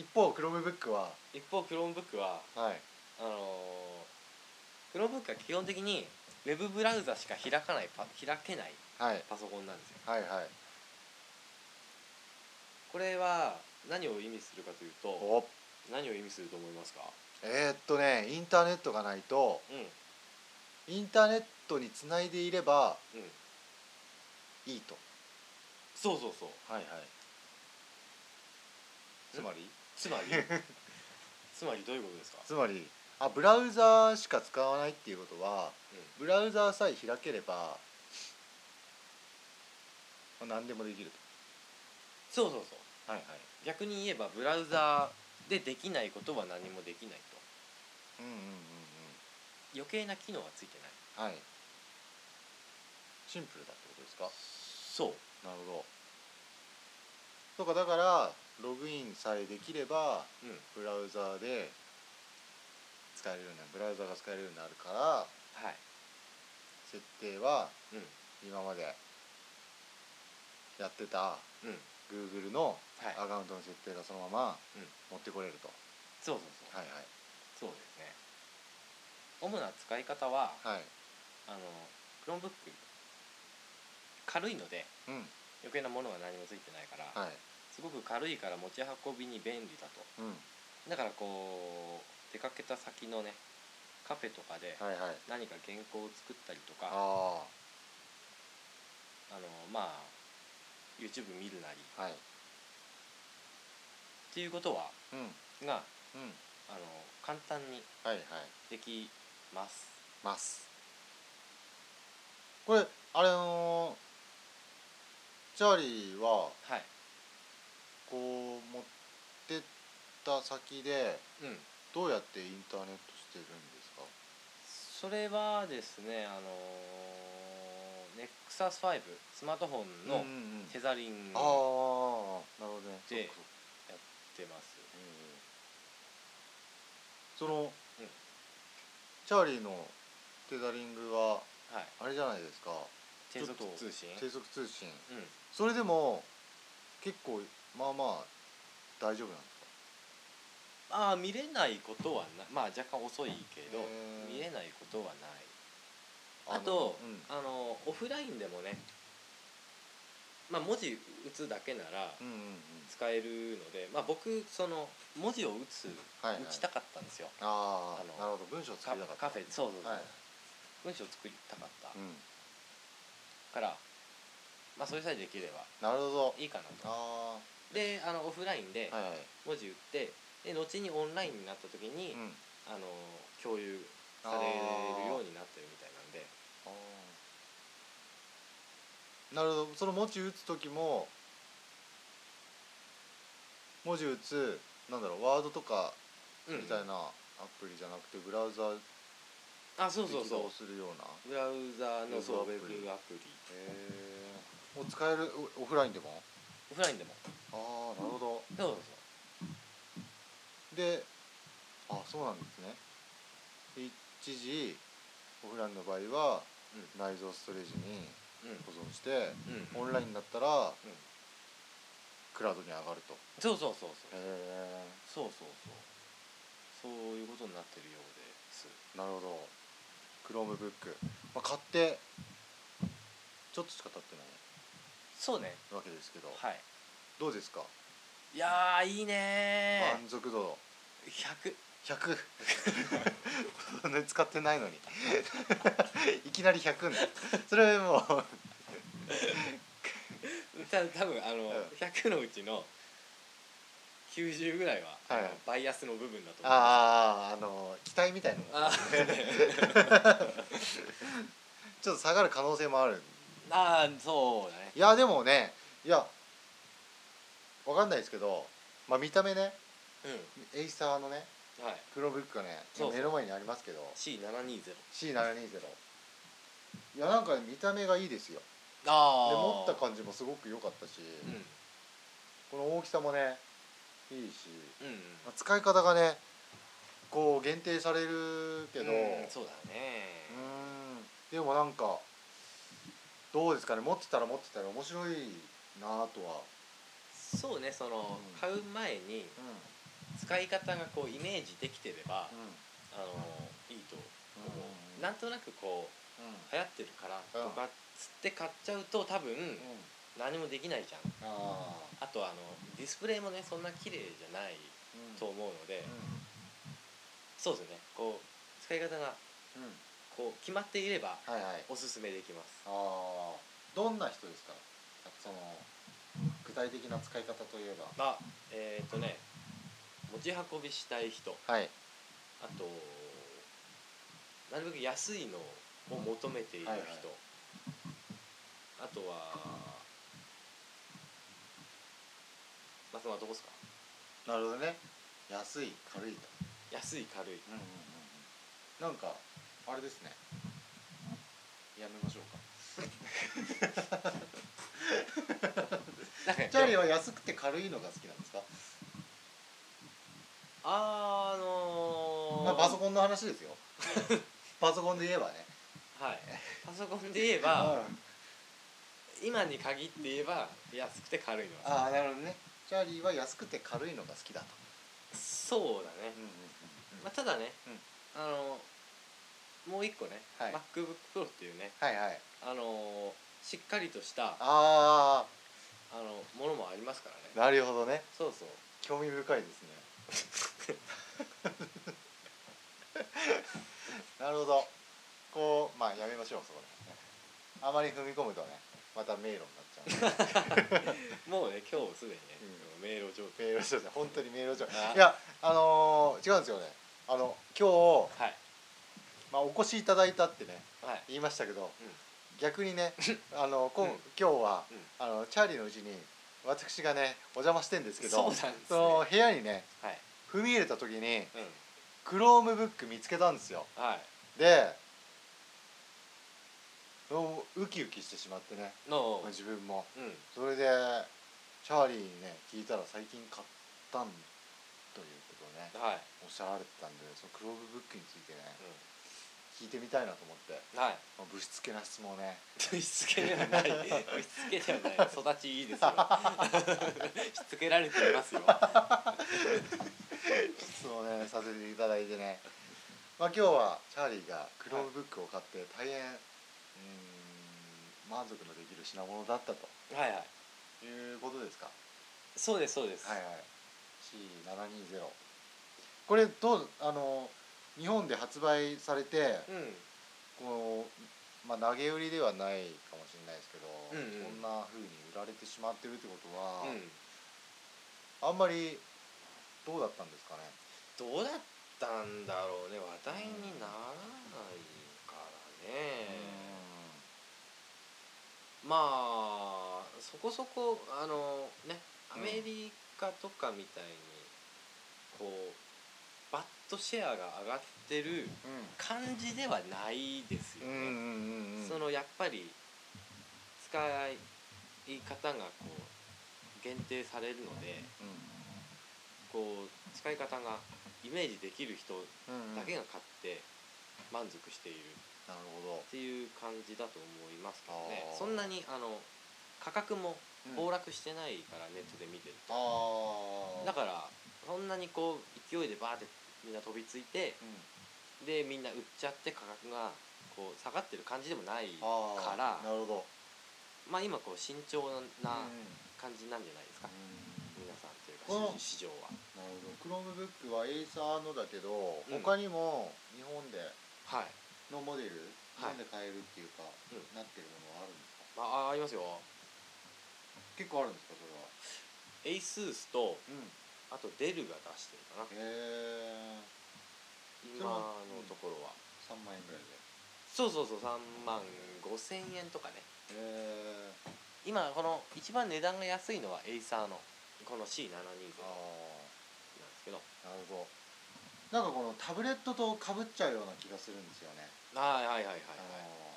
Speaker 3: 一方 Chromebook は
Speaker 1: 一方クロームブックは
Speaker 3: はい
Speaker 1: あのクロームブックは基本的にウェブブラウザしか開かないパ開けない
Speaker 3: はい
Speaker 1: パソコンなんですよ
Speaker 3: はいはい
Speaker 1: これは何を意味するかというと
Speaker 3: お
Speaker 1: 何を意味すると思いますか
Speaker 3: えーっとねインターネットがないと
Speaker 1: うんうん
Speaker 3: インターネットにつないでいればいいと
Speaker 1: そうそうそう
Speaker 3: はいはいつまり
Speaker 1: つ まりつまりどういうことですか
Speaker 3: つまりあブラウザーしか使わないっていうことは、
Speaker 1: う
Speaker 3: ブラウザーさえ開ければまあ何でもできる
Speaker 1: そうそうそう
Speaker 3: とはいはい
Speaker 1: 逆に言えばブラウザーでできないことは何もできないと
Speaker 3: うんうんうん
Speaker 1: 余計な機能がついてない
Speaker 3: うんはいシンプルだってことですか
Speaker 1: そう
Speaker 3: なるほどそうかだからログインさえできれば
Speaker 1: うん
Speaker 3: ブラウザーで使えるようになるブラウザーが使えるようになるから
Speaker 1: はい
Speaker 3: 設定は
Speaker 1: うん
Speaker 3: 今までやってた
Speaker 1: うん
Speaker 3: Google の
Speaker 1: はい
Speaker 3: アカウントの設定がそのまま
Speaker 1: うん
Speaker 3: 持ってこれると、
Speaker 1: そうそうそう、
Speaker 3: はい
Speaker 1: そうですね主な使い方は
Speaker 3: はいはい
Speaker 1: あのクロームブック軽いので
Speaker 3: うん
Speaker 1: 余計なものが何もついてないから、
Speaker 3: はい
Speaker 1: すごく軽いから持ち運びに便利だと
Speaker 3: うん
Speaker 1: だからこう出かけた先のねカフェとかで
Speaker 3: はいはい
Speaker 1: 何か原稿を作ったりとか、あ
Speaker 3: あ
Speaker 1: のまあ YouTube 見るなりっ
Speaker 3: はい
Speaker 1: ていうことは
Speaker 3: うんうん
Speaker 1: があの簡単に
Speaker 3: はいはい
Speaker 1: できます
Speaker 3: ますこれあれあのーチャーリーは
Speaker 1: はい
Speaker 3: こう持ってった先で
Speaker 1: うん
Speaker 3: どうやってインターネットしてるんですか
Speaker 1: それはですねあのネクサス5スマートフォン
Speaker 3: う
Speaker 1: の
Speaker 3: んうんうん
Speaker 1: テザリングやっ
Speaker 3: ああなるほどね
Speaker 1: で
Speaker 3: そっかそっか
Speaker 1: てます
Speaker 3: えーその、
Speaker 1: うん
Speaker 3: チャーリーのテザリングは
Speaker 1: はい
Speaker 3: あれじゃないですか
Speaker 1: 低速
Speaker 3: ちょっと
Speaker 1: 通信
Speaker 3: 低速通信
Speaker 1: うん
Speaker 3: それでも結構まあまあ大丈夫なんですか
Speaker 1: まあ見れないことはなまあ若干遅いけど
Speaker 3: へー
Speaker 1: 見れないことはない
Speaker 3: の
Speaker 1: あと
Speaker 3: うん
Speaker 1: あのオフラインでもねまあ文字打つだけなら
Speaker 3: うんうんうん
Speaker 1: 使えるのでまあ僕その文字を打つ
Speaker 3: はい
Speaker 1: 打
Speaker 3: はい
Speaker 1: ちたかったんですよ
Speaker 3: あ
Speaker 1: あの
Speaker 3: あなるほど文章作
Speaker 1: カ
Speaker 3: りたか
Speaker 1: カ
Speaker 3: った
Speaker 1: フェそうそうそう
Speaker 3: はい
Speaker 1: 文章作りたかった
Speaker 3: うん
Speaker 1: からまあそれさえできれば
Speaker 3: なるほど
Speaker 1: いいかなと
Speaker 3: あ
Speaker 1: であのオフラインで
Speaker 3: あはいはい
Speaker 1: 文字打ってで後にオンラインになった時に、
Speaker 3: うん
Speaker 1: あの共有されるようになってるみたいなんで
Speaker 3: あーなるほどその文字打つ時も文字打つなんだろうワードとかみたいなアプリじゃなくてブラウザで
Speaker 1: あそう
Speaker 3: 起
Speaker 1: そうそ
Speaker 3: 動するような
Speaker 1: うブラウザのそうウ
Speaker 3: ウ
Speaker 1: ェ
Speaker 3: ェブアプ
Speaker 1: ブアプリ
Speaker 3: リへえもう使えるオオフラインでも
Speaker 1: オフラインでも
Speaker 3: ああなるほど
Speaker 1: そうそう
Speaker 3: であそうなんですねで一時オフラインの場合は
Speaker 1: う
Speaker 3: 内蔵ストレージに
Speaker 1: そう
Speaker 3: 保存して
Speaker 1: うんうん
Speaker 3: オンラインだったら
Speaker 1: うん
Speaker 3: クラウドに上がると
Speaker 1: そうそうそうそう
Speaker 3: へえ
Speaker 1: そうそうそうそういうことになってるようです
Speaker 3: なるほど Chromebook、まあ、買ってちょっとしか経ってない
Speaker 1: そうね
Speaker 3: わけですけど、
Speaker 1: はい
Speaker 3: どうですか、
Speaker 1: いやーいいね
Speaker 3: 満足度
Speaker 1: ー100
Speaker 3: 100そんなに使って ないのにいきなり100ねそれもう
Speaker 1: た多分あの、
Speaker 3: うん
Speaker 1: 100のうちの90ぐらいは、
Speaker 3: はい
Speaker 1: あのバイアスの部分だと思う
Speaker 3: あああの期待みたい なの
Speaker 1: あー
Speaker 3: ちょっと下がる可能性もある
Speaker 1: あーそうだね
Speaker 3: いやでもねいやわかんないですけど、まあ、見た目ね
Speaker 1: う
Speaker 3: エイサーのね
Speaker 1: んはい
Speaker 3: クロブックがね
Speaker 1: そうそう
Speaker 3: 目の前にありますけど
Speaker 1: C720
Speaker 3: C720 いやなんかね見た目がいいですよ
Speaker 1: あ
Speaker 3: で
Speaker 1: あ
Speaker 3: 持った感じもすごく良かったし、
Speaker 1: う
Speaker 3: この大きさもねいいし、
Speaker 1: んうんうん
Speaker 3: まあ使い方がねこう限定されるけどう
Speaker 1: うん
Speaker 3: ん
Speaker 1: そうだね
Speaker 3: でもなんかどうですかね持ってたら持ってたら面白いなとは、
Speaker 1: そうねその、
Speaker 3: うん
Speaker 1: 買う前に
Speaker 3: うん
Speaker 1: 使い方がこうイメージできてれば、
Speaker 3: うん
Speaker 1: あのいいと思う、
Speaker 3: うん
Speaker 1: なんとなくこう流行ってるからとかっつって買っちゃうと多分
Speaker 3: うんうん
Speaker 1: 何もできないじゃん
Speaker 3: ああ
Speaker 1: あとあのディスプレイもねそんな綺麗じゃないと思うので、そうですねこう使い方が
Speaker 3: うんうん
Speaker 1: こう決まっていれば
Speaker 3: はいはい
Speaker 1: おすすめできます
Speaker 3: ああどんな人ですかその具体的な使い方といえば
Speaker 1: まあえっ、とね持ち運びしたい人
Speaker 3: はい
Speaker 1: あとなるべく安いのを求めている人、
Speaker 3: はいはい
Speaker 1: あとは松はどこですか
Speaker 3: なるほどね安い軽いと
Speaker 1: 安い軽い
Speaker 3: うんうんうんうんなんかあれですねやめましょうか
Speaker 1: なんか
Speaker 3: チャーリーは安くて軽いのが好きなんですか、
Speaker 1: あーあのー
Speaker 3: まあ、パソコンの話 ですよパソコンで言えばね
Speaker 1: はいパソコンで言えば今に限って言えば安くて軽いのが
Speaker 3: ああなるほどねチャーリーは安くて軽いのが好きだと、
Speaker 1: そうだね、まあ、ただね、
Speaker 3: うん
Speaker 1: あのもう一個ね、
Speaker 3: はい
Speaker 1: MacBookPro っていうね
Speaker 3: はいはい
Speaker 1: あのしっかりとした
Speaker 3: あ
Speaker 1: あのものもありますから
Speaker 3: あ
Speaker 1: ね
Speaker 3: なるほどね
Speaker 1: そうそう
Speaker 3: 興味深いですね なるほどこうまあやめましょうそこであまり踏み込むとねまた迷路になっちゃう
Speaker 1: もうね今日すでにね、迷路状態
Speaker 3: 迷路状態本当に迷路状態
Speaker 1: あ
Speaker 3: いやあのー違うんですよねあの今日、
Speaker 1: はい
Speaker 3: まあ、お越しいただいたってね
Speaker 1: はい
Speaker 3: 言いましたけど、
Speaker 1: ん
Speaker 3: 逆に ねあのこん
Speaker 1: うん
Speaker 3: 今日は、
Speaker 1: うん
Speaker 3: あのチャーリーのうちに私がねお邪魔してんですけど
Speaker 1: そうなんですね
Speaker 3: その部屋にね
Speaker 1: はい
Speaker 3: 踏み入れた時に
Speaker 1: う
Speaker 3: クロームブック見つけたんですよ
Speaker 1: んはい
Speaker 3: でおウキウキしてしまってね
Speaker 1: の
Speaker 3: 自分も
Speaker 1: うん
Speaker 3: それでチャーリーにね聞いたら最近買ったんということをね
Speaker 1: はい、
Speaker 3: おっしゃられてたんでそのクロームブックについてね聞いてみたいなと思って、
Speaker 1: うん、はい
Speaker 3: まあ、ぶしつけな質問をね
Speaker 1: しつけで はないしつけではない育ちいいですよ しつけられていますよは
Speaker 3: 質問をねさせていただいてね、まあ、今日はチャーリーがクロームブックを買って大変、うーん満足のできる品物だったと
Speaker 1: いはい
Speaker 3: いうことですか
Speaker 1: そうですそうです、
Speaker 3: はいはい C720 これどうあの日本で発売されて
Speaker 1: うん
Speaker 3: こう、まあ、投げ売りではないかもしれないですけど、
Speaker 1: うんうん
Speaker 3: こんな風に売られてしまってるってことは、
Speaker 1: うん
Speaker 3: あんまりどうだったんですかね
Speaker 1: どうだったんだろうね話題にならないからね、まあそこそこあのねア
Speaker 3: うん
Speaker 1: メリカとかみたいにこうバッとシェアが上がってる感じではないですよ
Speaker 3: うんう
Speaker 1: ね、
Speaker 3: んうんうんうん
Speaker 1: そのやっぱり使い方がこう限定されるのでこう使い方がイメージできる人
Speaker 3: うんうんうん
Speaker 1: だけが買って満足しているっ
Speaker 3: なるほ
Speaker 1: ていう感じだと思いますけどね
Speaker 3: あー
Speaker 1: そんなにあの価格も
Speaker 3: ど、
Speaker 1: 暴落してないからネットで見てる
Speaker 3: ああ
Speaker 1: だからそんなにこう勢いでバーってみんな飛びついて
Speaker 3: うん
Speaker 1: でみんな売っちゃって価格がこう下がってる感じでもない
Speaker 3: あー
Speaker 1: から
Speaker 3: なるほど
Speaker 1: まあ今こう慎重な
Speaker 3: うん
Speaker 1: 感じなんじゃないですか、皆さんというか
Speaker 3: この
Speaker 1: 市市場は
Speaker 3: なるほどクロームブックはエイサーのだけど、
Speaker 1: うん
Speaker 3: 他にも日本で
Speaker 1: はい、
Speaker 3: のモデル、
Speaker 1: はい
Speaker 3: 日本で買えるっていうか、
Speaker 1: うん
Speaker 3: なってるものは
Speaker 1: まあ、あ
Speaker 3: あるんですか
Speaker 1: りますよ
Speaker 3: 結構あるんですかそれは
Speaker 1: エイスースと
Speaker 3: うん
Speaker 1: あとデルが出してるかな
Speaker 3: へえ
Speaker 1: 今のところは
Speaker 3: 3万円ぐらい
Speaker 1: そうそうそう3万5千円とかね
Speaker 3: でへえ
Speaker 1: 今この一番値段が安いのはエイサーのこの C720 なんで
Speaker 3: ああ
Speaker 1: すけど
Speaker 3: なるほどなんかこのタブレットとかぶっちゃうような気がするんですよね、
Speaker 1: はいはいはいはいはい
Speaker 3: あの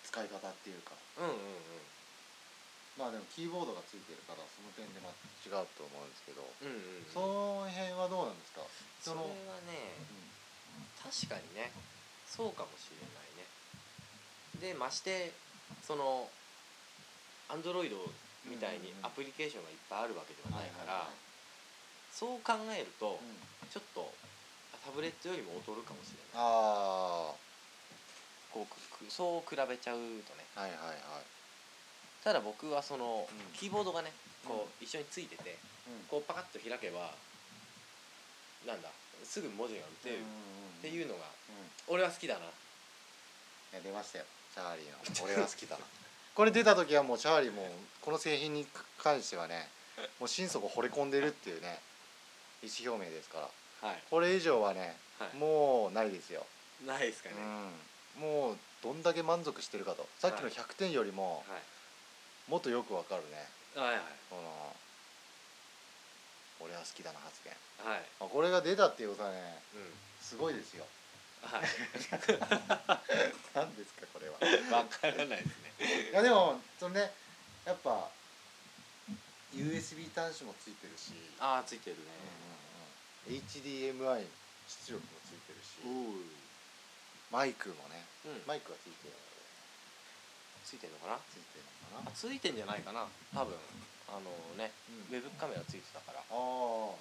Speaker 3: 使い方っていうか
Speaker 1: うんうんうん
Speaker 3: まあでもキーボードがついてるからその点でまた違うと思うんですけど、
Speaker 1: うんうんうん
Speaker 3: その辺はどうなんですか
Speaker 1: そ
Speaker 3: そ
Speaker 1: れは
Speaker 3: の
Speaker 1: ね確かにねそうかもしれないねでましてそのアンドロイドみたいに
Speaker 3: うんうんうん
Speaker 1: アプリケーションがいっぱいあるわけで
Speaker 3: うん
Speaker 1: はないからそう考えると
Speaker 3: うん
Speaker 1: ちょっとタブレットよりも劣るかもしれない
Speaker 3: あ
Speaker 1: こうくくそう比べちゃうとね
Speaker 3: あはいはいはい、
Speaker 1: ただ僕はその
Speaker 3: うん
Speaker 1: キーボードがねこう一緒についててこうパカッと開けばなんだすぐ文字が打てるって
Speaker 3: う
Speaker 1: い
Speaker 3: ん、
Speaker 1: うのが俺は好きだな
Speaker 3: や出ましたよチャーリ ーの俺は好きだこれ出た時はもうチャーリーもこの製品に関してはねもう心底惚れ込んでるっていうね意思表明ですから
Speaker 1: はい
Speaker 3: これ以上はね
Speaker 1: は
Speaker 3: もうないですよ、
Speaker 1: いないですかね
Speaker 3: うん、もうどんだけ満足してるかとさっきの
Speaker 1: はい
Speaker 3: 100点よりも
Speaker 1: はい
Speaker 3: もっとよくわかるね
Speaker 1: はいはい
Speaker 3: この俺は好きだな発言
Speaker 1: はい
Speaker 3: あこれが出たっていうことはね
Speaker 1: うん
Speaker 3: すごいですよ
Speaker 1: は
Speaker 3: 何ですかこれはい
Speaker 1: わからないですね
Speaker 3: いやでもそのねやっぱ USB 端子もついてるし、
Speaker 1: ああついてるね
Speaker 3: うんうんうん HDMI 出力もついてるし、
Speaker 1: うん
Speaker 3: マイクもね
Speaker 1: うん
Speaker 3: マイクはついてるので
Speaker 1: ついてんのかな
Speaker 3: ついてるのか
Speaker 1: あ
Speaker 3: な
Speaker 1: ついてんじゃないかな多分あのねウェ
Speaker 3: うん
Speaker 1: ブカメラついてたから
Speaker 3: ああ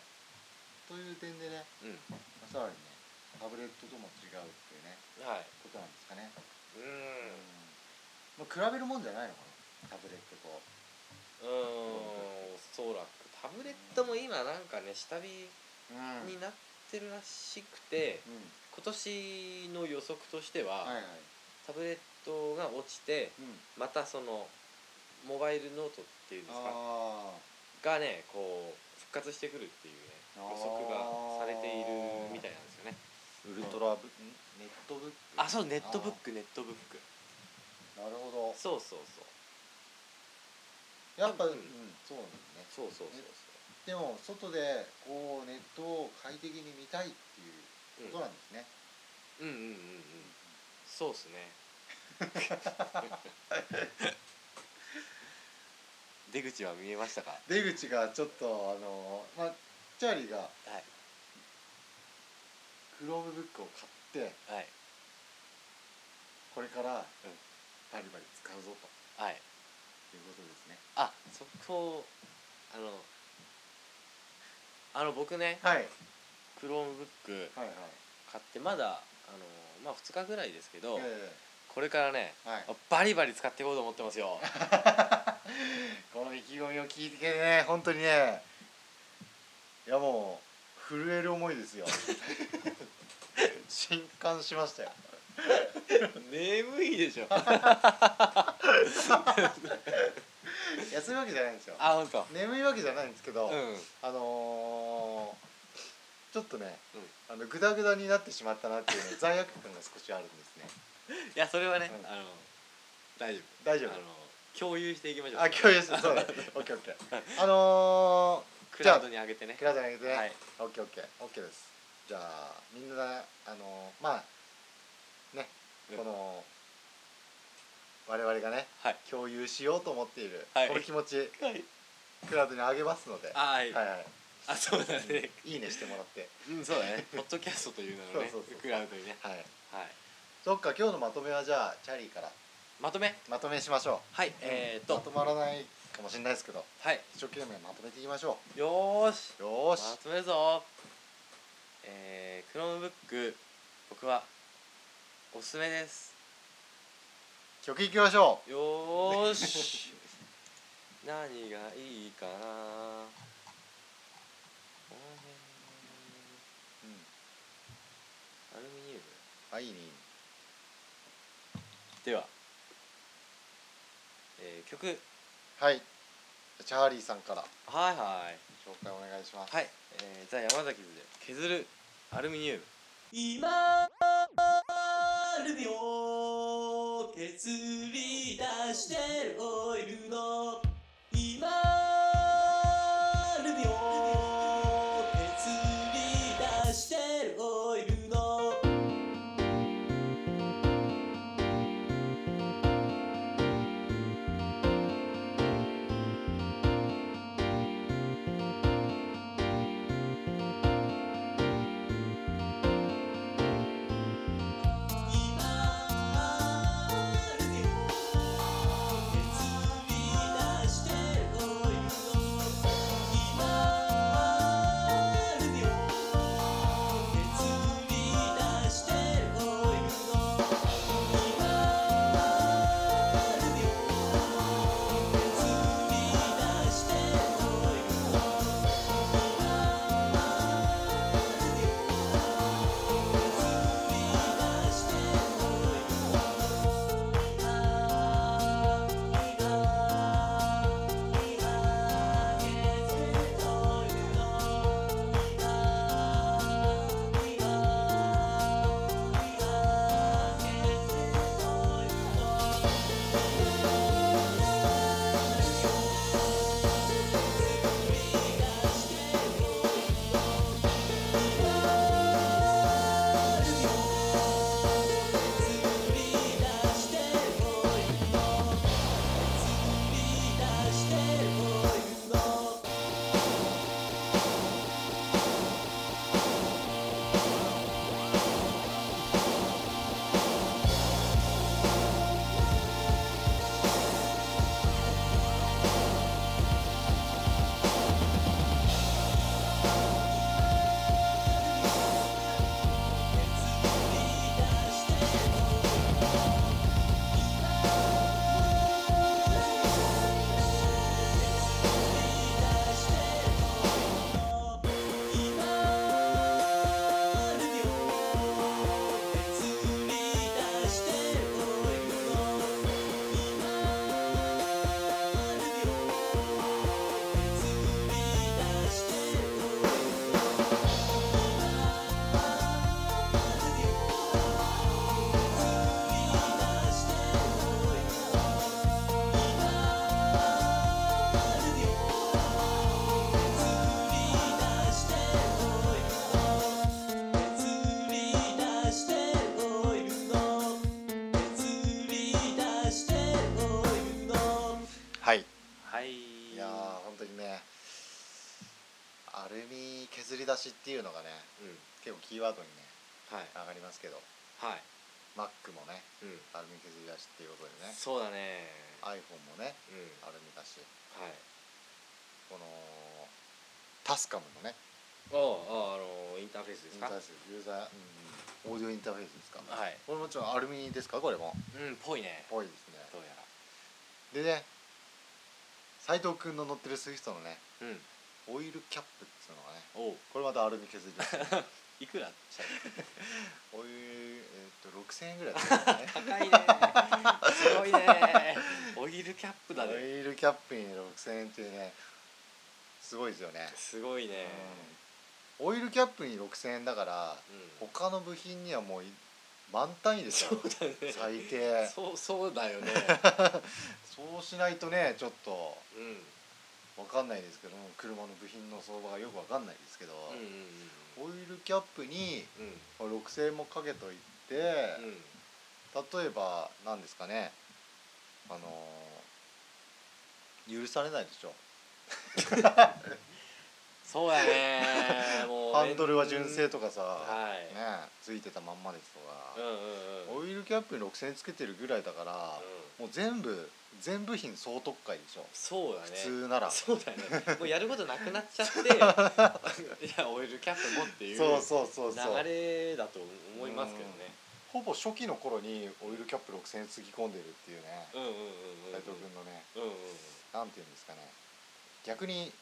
Speaker 3: という点でね
Speaker 1: うん
Speaker 3: さらにねタブレットとも違うっていうね
Speaker 1: はい
Speaker 3: ことなんですかね、
Speaker 1: う
Speaker 3: うんんまあ、比べるもんじゃないのかなタブレットと
Speaker 1: うーんおそらくタブレットも今なんかね下火
Speaker 3: うん、
Speaker 1: になってるらしくて今年の予測としては、
Speaker 3: はいはい
Speaker 1: タブレットが落ちて
Speaker 3: うん
Speaker 1: またそのモバイルノートっていうんですか
Speaker 3: あ
Speaker 1: がねこう復活してくるっていうね
Speaker 3: あー
Speaker 1: 予測がされているみたいなんですよね
Speaker 3: ーウルトラブんネットブック
Speaker 1: あそうネットブックネットブック
Speaker 3: なるほど
Speaker 1: そうそうそう
Speaker 3: やっぱ、
Speaker 1: うん
Speaker 3: うん、そうなんだね
Speaker 1: そうそうそう
Speaker 3: でも外でこうネットを快適に見たいっていうことなんですね、
Speaker 1: そううんうんうんうんそうっすね 出口は見えましたか
Speaker 3: 出口がちょっとあのまあチャーリーが
Speaker 1: はい
Speaker 3: クロームブックを買って
Speaker 1: はい
Speaker 3: これからバリバリ使うぞと
Speaker 1: はい
Speaker 3: いうことですね
Speaker 1: あそこあのあの僕ね
Speaker 3: はい
Speaker 1: Chromebook
Speaker 3: はいはい
Speaker 1: 買ってまだあのまあ2日ぐらいですけど、
Speaker 3: え
Speaker 1: これからね
Speaker 3: えはい
Speaker 1: バリバリ使っていこうと思ってます よ
Speaker 3: この意気込みを聞いてね本当にねいやもう震える思いです よ震撼しましたよ
Speaker 1: 眠いでしょ
Speaker 3: いやそういうわけじゃないんですよ
Speaker 1: あ本当
Speaker 3: 眠いわけじゃないんですけど、
Speaker 1: うん
Speaker 3: あのーちょっとね、
Speaker 1: う
Speaker 3: あのグダグダになってしまったなっ ていうね罪悪感が少しあるんですね
Speaker 1: いやそれはね、
Speaker 3: うん
Speaker 1: あの大丈夫
Speaker 3: 大丈夫
Speaker 1: あの共有していきましょう
Speaker 3: あ共有してそ うだねオッケーオッケーあの
Speaker 1: クラウドに上げてね
Speaker 3: ー、クラウドに上げてね、
Speaker 1: はい
Speaker 3: オッケーオッケーオッケーですじゃあみんなあのーまあね
Speaker 1: うん
Speaker 3: この、我々がね
Speaker 1: はい
Speaker 3: 共有しようと思っている、
Speaker 1: はい
Speaker 3: この気持ち
Speaker 1: はい
Speaker 3: クラウドに上げますので
Speaker 1: あはい、
Speaker 3: はい はい
Speaker 1: あそうだね
Speaker 3: いいねしてもらって
Speaker 1: うんそうだね ポッドキャストという名のね
Speaker 3: そうそうそう
Speaker 1: クラウドにね
Speaker 3: はい
Speaker 1: はい
Speaker 3: そっか今日のまとめはじゃあチャリーから
Speaker 1: まとめ
Speaker 3: まとめしましょう
Speaker 1: はいえー、っと
Speaker 3: まとまらないかもしれないですけど
Speaker 1: はい
Speaker 3: 一生懸命まとめていきましょ
Speaker 1: よーし
Speaker 3: うよー
Speaker 1: ま
Speaker 3: し
Speaker 1: とめるぞえー、クロームブック僕はおすすめです
Speaker 3: 曲いきましょ
Speaker 1: よーし何がいいかなア
Speaker 3: う、
Speaker 1: ルミニウム
Speaker 3: あいいねいいね
Speaker 1: では、えー曲はい
Speaker 3: はいチャーリーさんから
Speaker 1: はい
Speaker 3: 紹介お願いします
Speaker 1: はい、えー、ザ・山崎図で削るアルミニウム
Speaker 4: 今アルミを削り出してるオイルの今アルミを削り出してるオイルの今あるよ削り出してるオイルの
Speaker 3: 出しっていうのがね
Speaker 1: う
Speaker 3: 結構キーワードにね
Speaker 1: んはい
Speaker 3: 上がりますけど
Speaker 1: はい
Speaker 3: Mac もね
Speaker 1: うん
Speaker 3: アルミ削り出しっていうことでね
Speaker 1: そうだね
Speaker 3: iPhone もね
Speaker 1: うん
Speaker 3: アルミ出し
Speaker 1: はい
Speaker 3: このタスカムのね
Speaker 1: あああのインターフェースです
Speaker 3: イン
Speaker 1: か
Speaker 3: ターフェースユーザー、うんオーディオインターフェースですか
Speaker 1: はい
Speaker 3: これもちろんアルミですかこれも
Speaker 1: うんぽいね
Speaker 3: ぽいですね
Speaker 1: どうや
Speaker 3: でね斉藤君の乗ってるスイフトのね
Speaker 1: らうん
Speaker 3: オイルキャップっていう
Speaker 1: お
Speaker 3: のがね
Speaker 1: う
Speaker 3: これまたアルミ削り ですね
Speaker 1: いくらした
Speaker 3: オイルえーっと6000円ぐらいだったね
Speaker 1: 高いねすごいねオイルキャップだ
Speaker 3: オ
Speaker 1: ね
Speaker 3: イルキャップに6000円っていうねすごいですよね、
Speaker 1: すごいね
Speaker 3: うんオイルキャップに6000円だから
Speaker 1: うん
Speaker 3: 他の部品にはもうい満単位ですよ
Speaker 1: そうだね
Speaker 3: 最低
Speaker 1: そうそうだよね
Speaker 3: そうしないとねちょっと
Speaker 1: うんうん
Speaker 3: わかんないですけども車の部品の相場がよくわかんないですけど、
Speaker 1: うん
Speaker 3: オイルキャップに
Speaker 1: うんうん
Speaker 3: まあ6000円もかけといて、
Speaker 1: うん
Speaker 3: 例えば何ですかねあのー許されないでしょ
Speaker 1: そうやね もう
Speaker 3: ハンドルは純正とかさ、
Speaker 1: はい
Speaker 3: ねついてたまんまですと
Speaker 1: うん
Speaker 3: か、
Speaker 1: うんうんうん
Speaker 3: オイルキャップに6000円つけてるぐらいだから、もう全部全部品総特価でしょ
Speaker 1: そうだね
Speaker 3: 普通なら
Speaker 1: そうだねもうやることなくなっ ちゃっていやオイルキャップもっていう
Speaker 3: そうそうそうそう
Speaker 1: 流れだと思いますけどね
Speaker 3: ほぼ初期の頃にオイルキャップ6000円つぎ込んでるっていうね
Speaker 1: うんうんうんうん
Speaker 3: 斉藤君のね
Speaker 1: うんうんうん
Speaker 3: なんていうんですかね逆に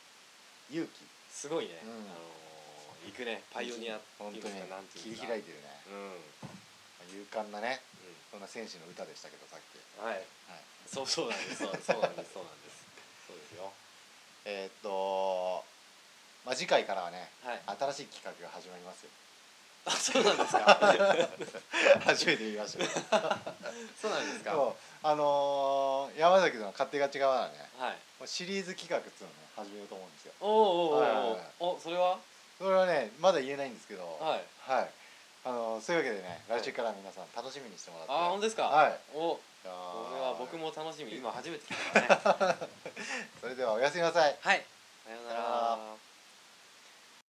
Speaker 3: 勇気
Speaker 1: すごいね
Speaker 3: うん
Speaker 1: あのー行くねパイオニア
Speaker 3: 本
Speaker 1: っていうん
Speaker 3: 当
Speaker 1: で
Speaker 3: に
Speaker 1: すかなんて
Speaker 3: 切
Speaker 1: いうんです
Speaker 3: り
Speaker 1: か
Speaker 3: 開いてるね
Speaker 1: う
Speaker 3: 勇敢なね
Speaker 1: んうん
Speaker 3: そんな選手の歌でしたけどさっき、
Speaker 1: はい、
Speaker 3: はい、
Speaker 1: そうそうなんです、そうそうなんです、そうなんです。そうですよ。
Speaker 3: えーっと、まあ、次回からはね
Speaker 1: はい。
Speaker 3: 新しい企画が始まりますよ
Speaker 1: あ、 そうなんですか。
Speaker 3: 初めて見ましたけ
Speaker 1: そうなんですか。は
Speaker 3: どあのー山崎の勝手が違うわらね
Speaker 1: い。
Speaker 3: もうシリーズ企画っていうのをね始めようと思うんですよ
Speaker 1: おおおうおう
Speaker 3: はいはいはい
Speaker 1: おう。お、それは。
Speaker 3: それはねまだ言えないんですけどは
Speaker 1: はい。
Speaker 3: い、あのーそういうわけでね
Speaker 1: はい
Speaker 3: 来週から皆さん楽しみにしてもらって、
Speaker 1: あ、本当ですか。
Speaker 3: はい。
Speaker 1: お、
Speaker 3: いやー
Speaker 1: これは僕も楽しみ、今初めて聞いたね。
Speaker 3: それではおやすみなさい
Speaker 1: はい。さようなら。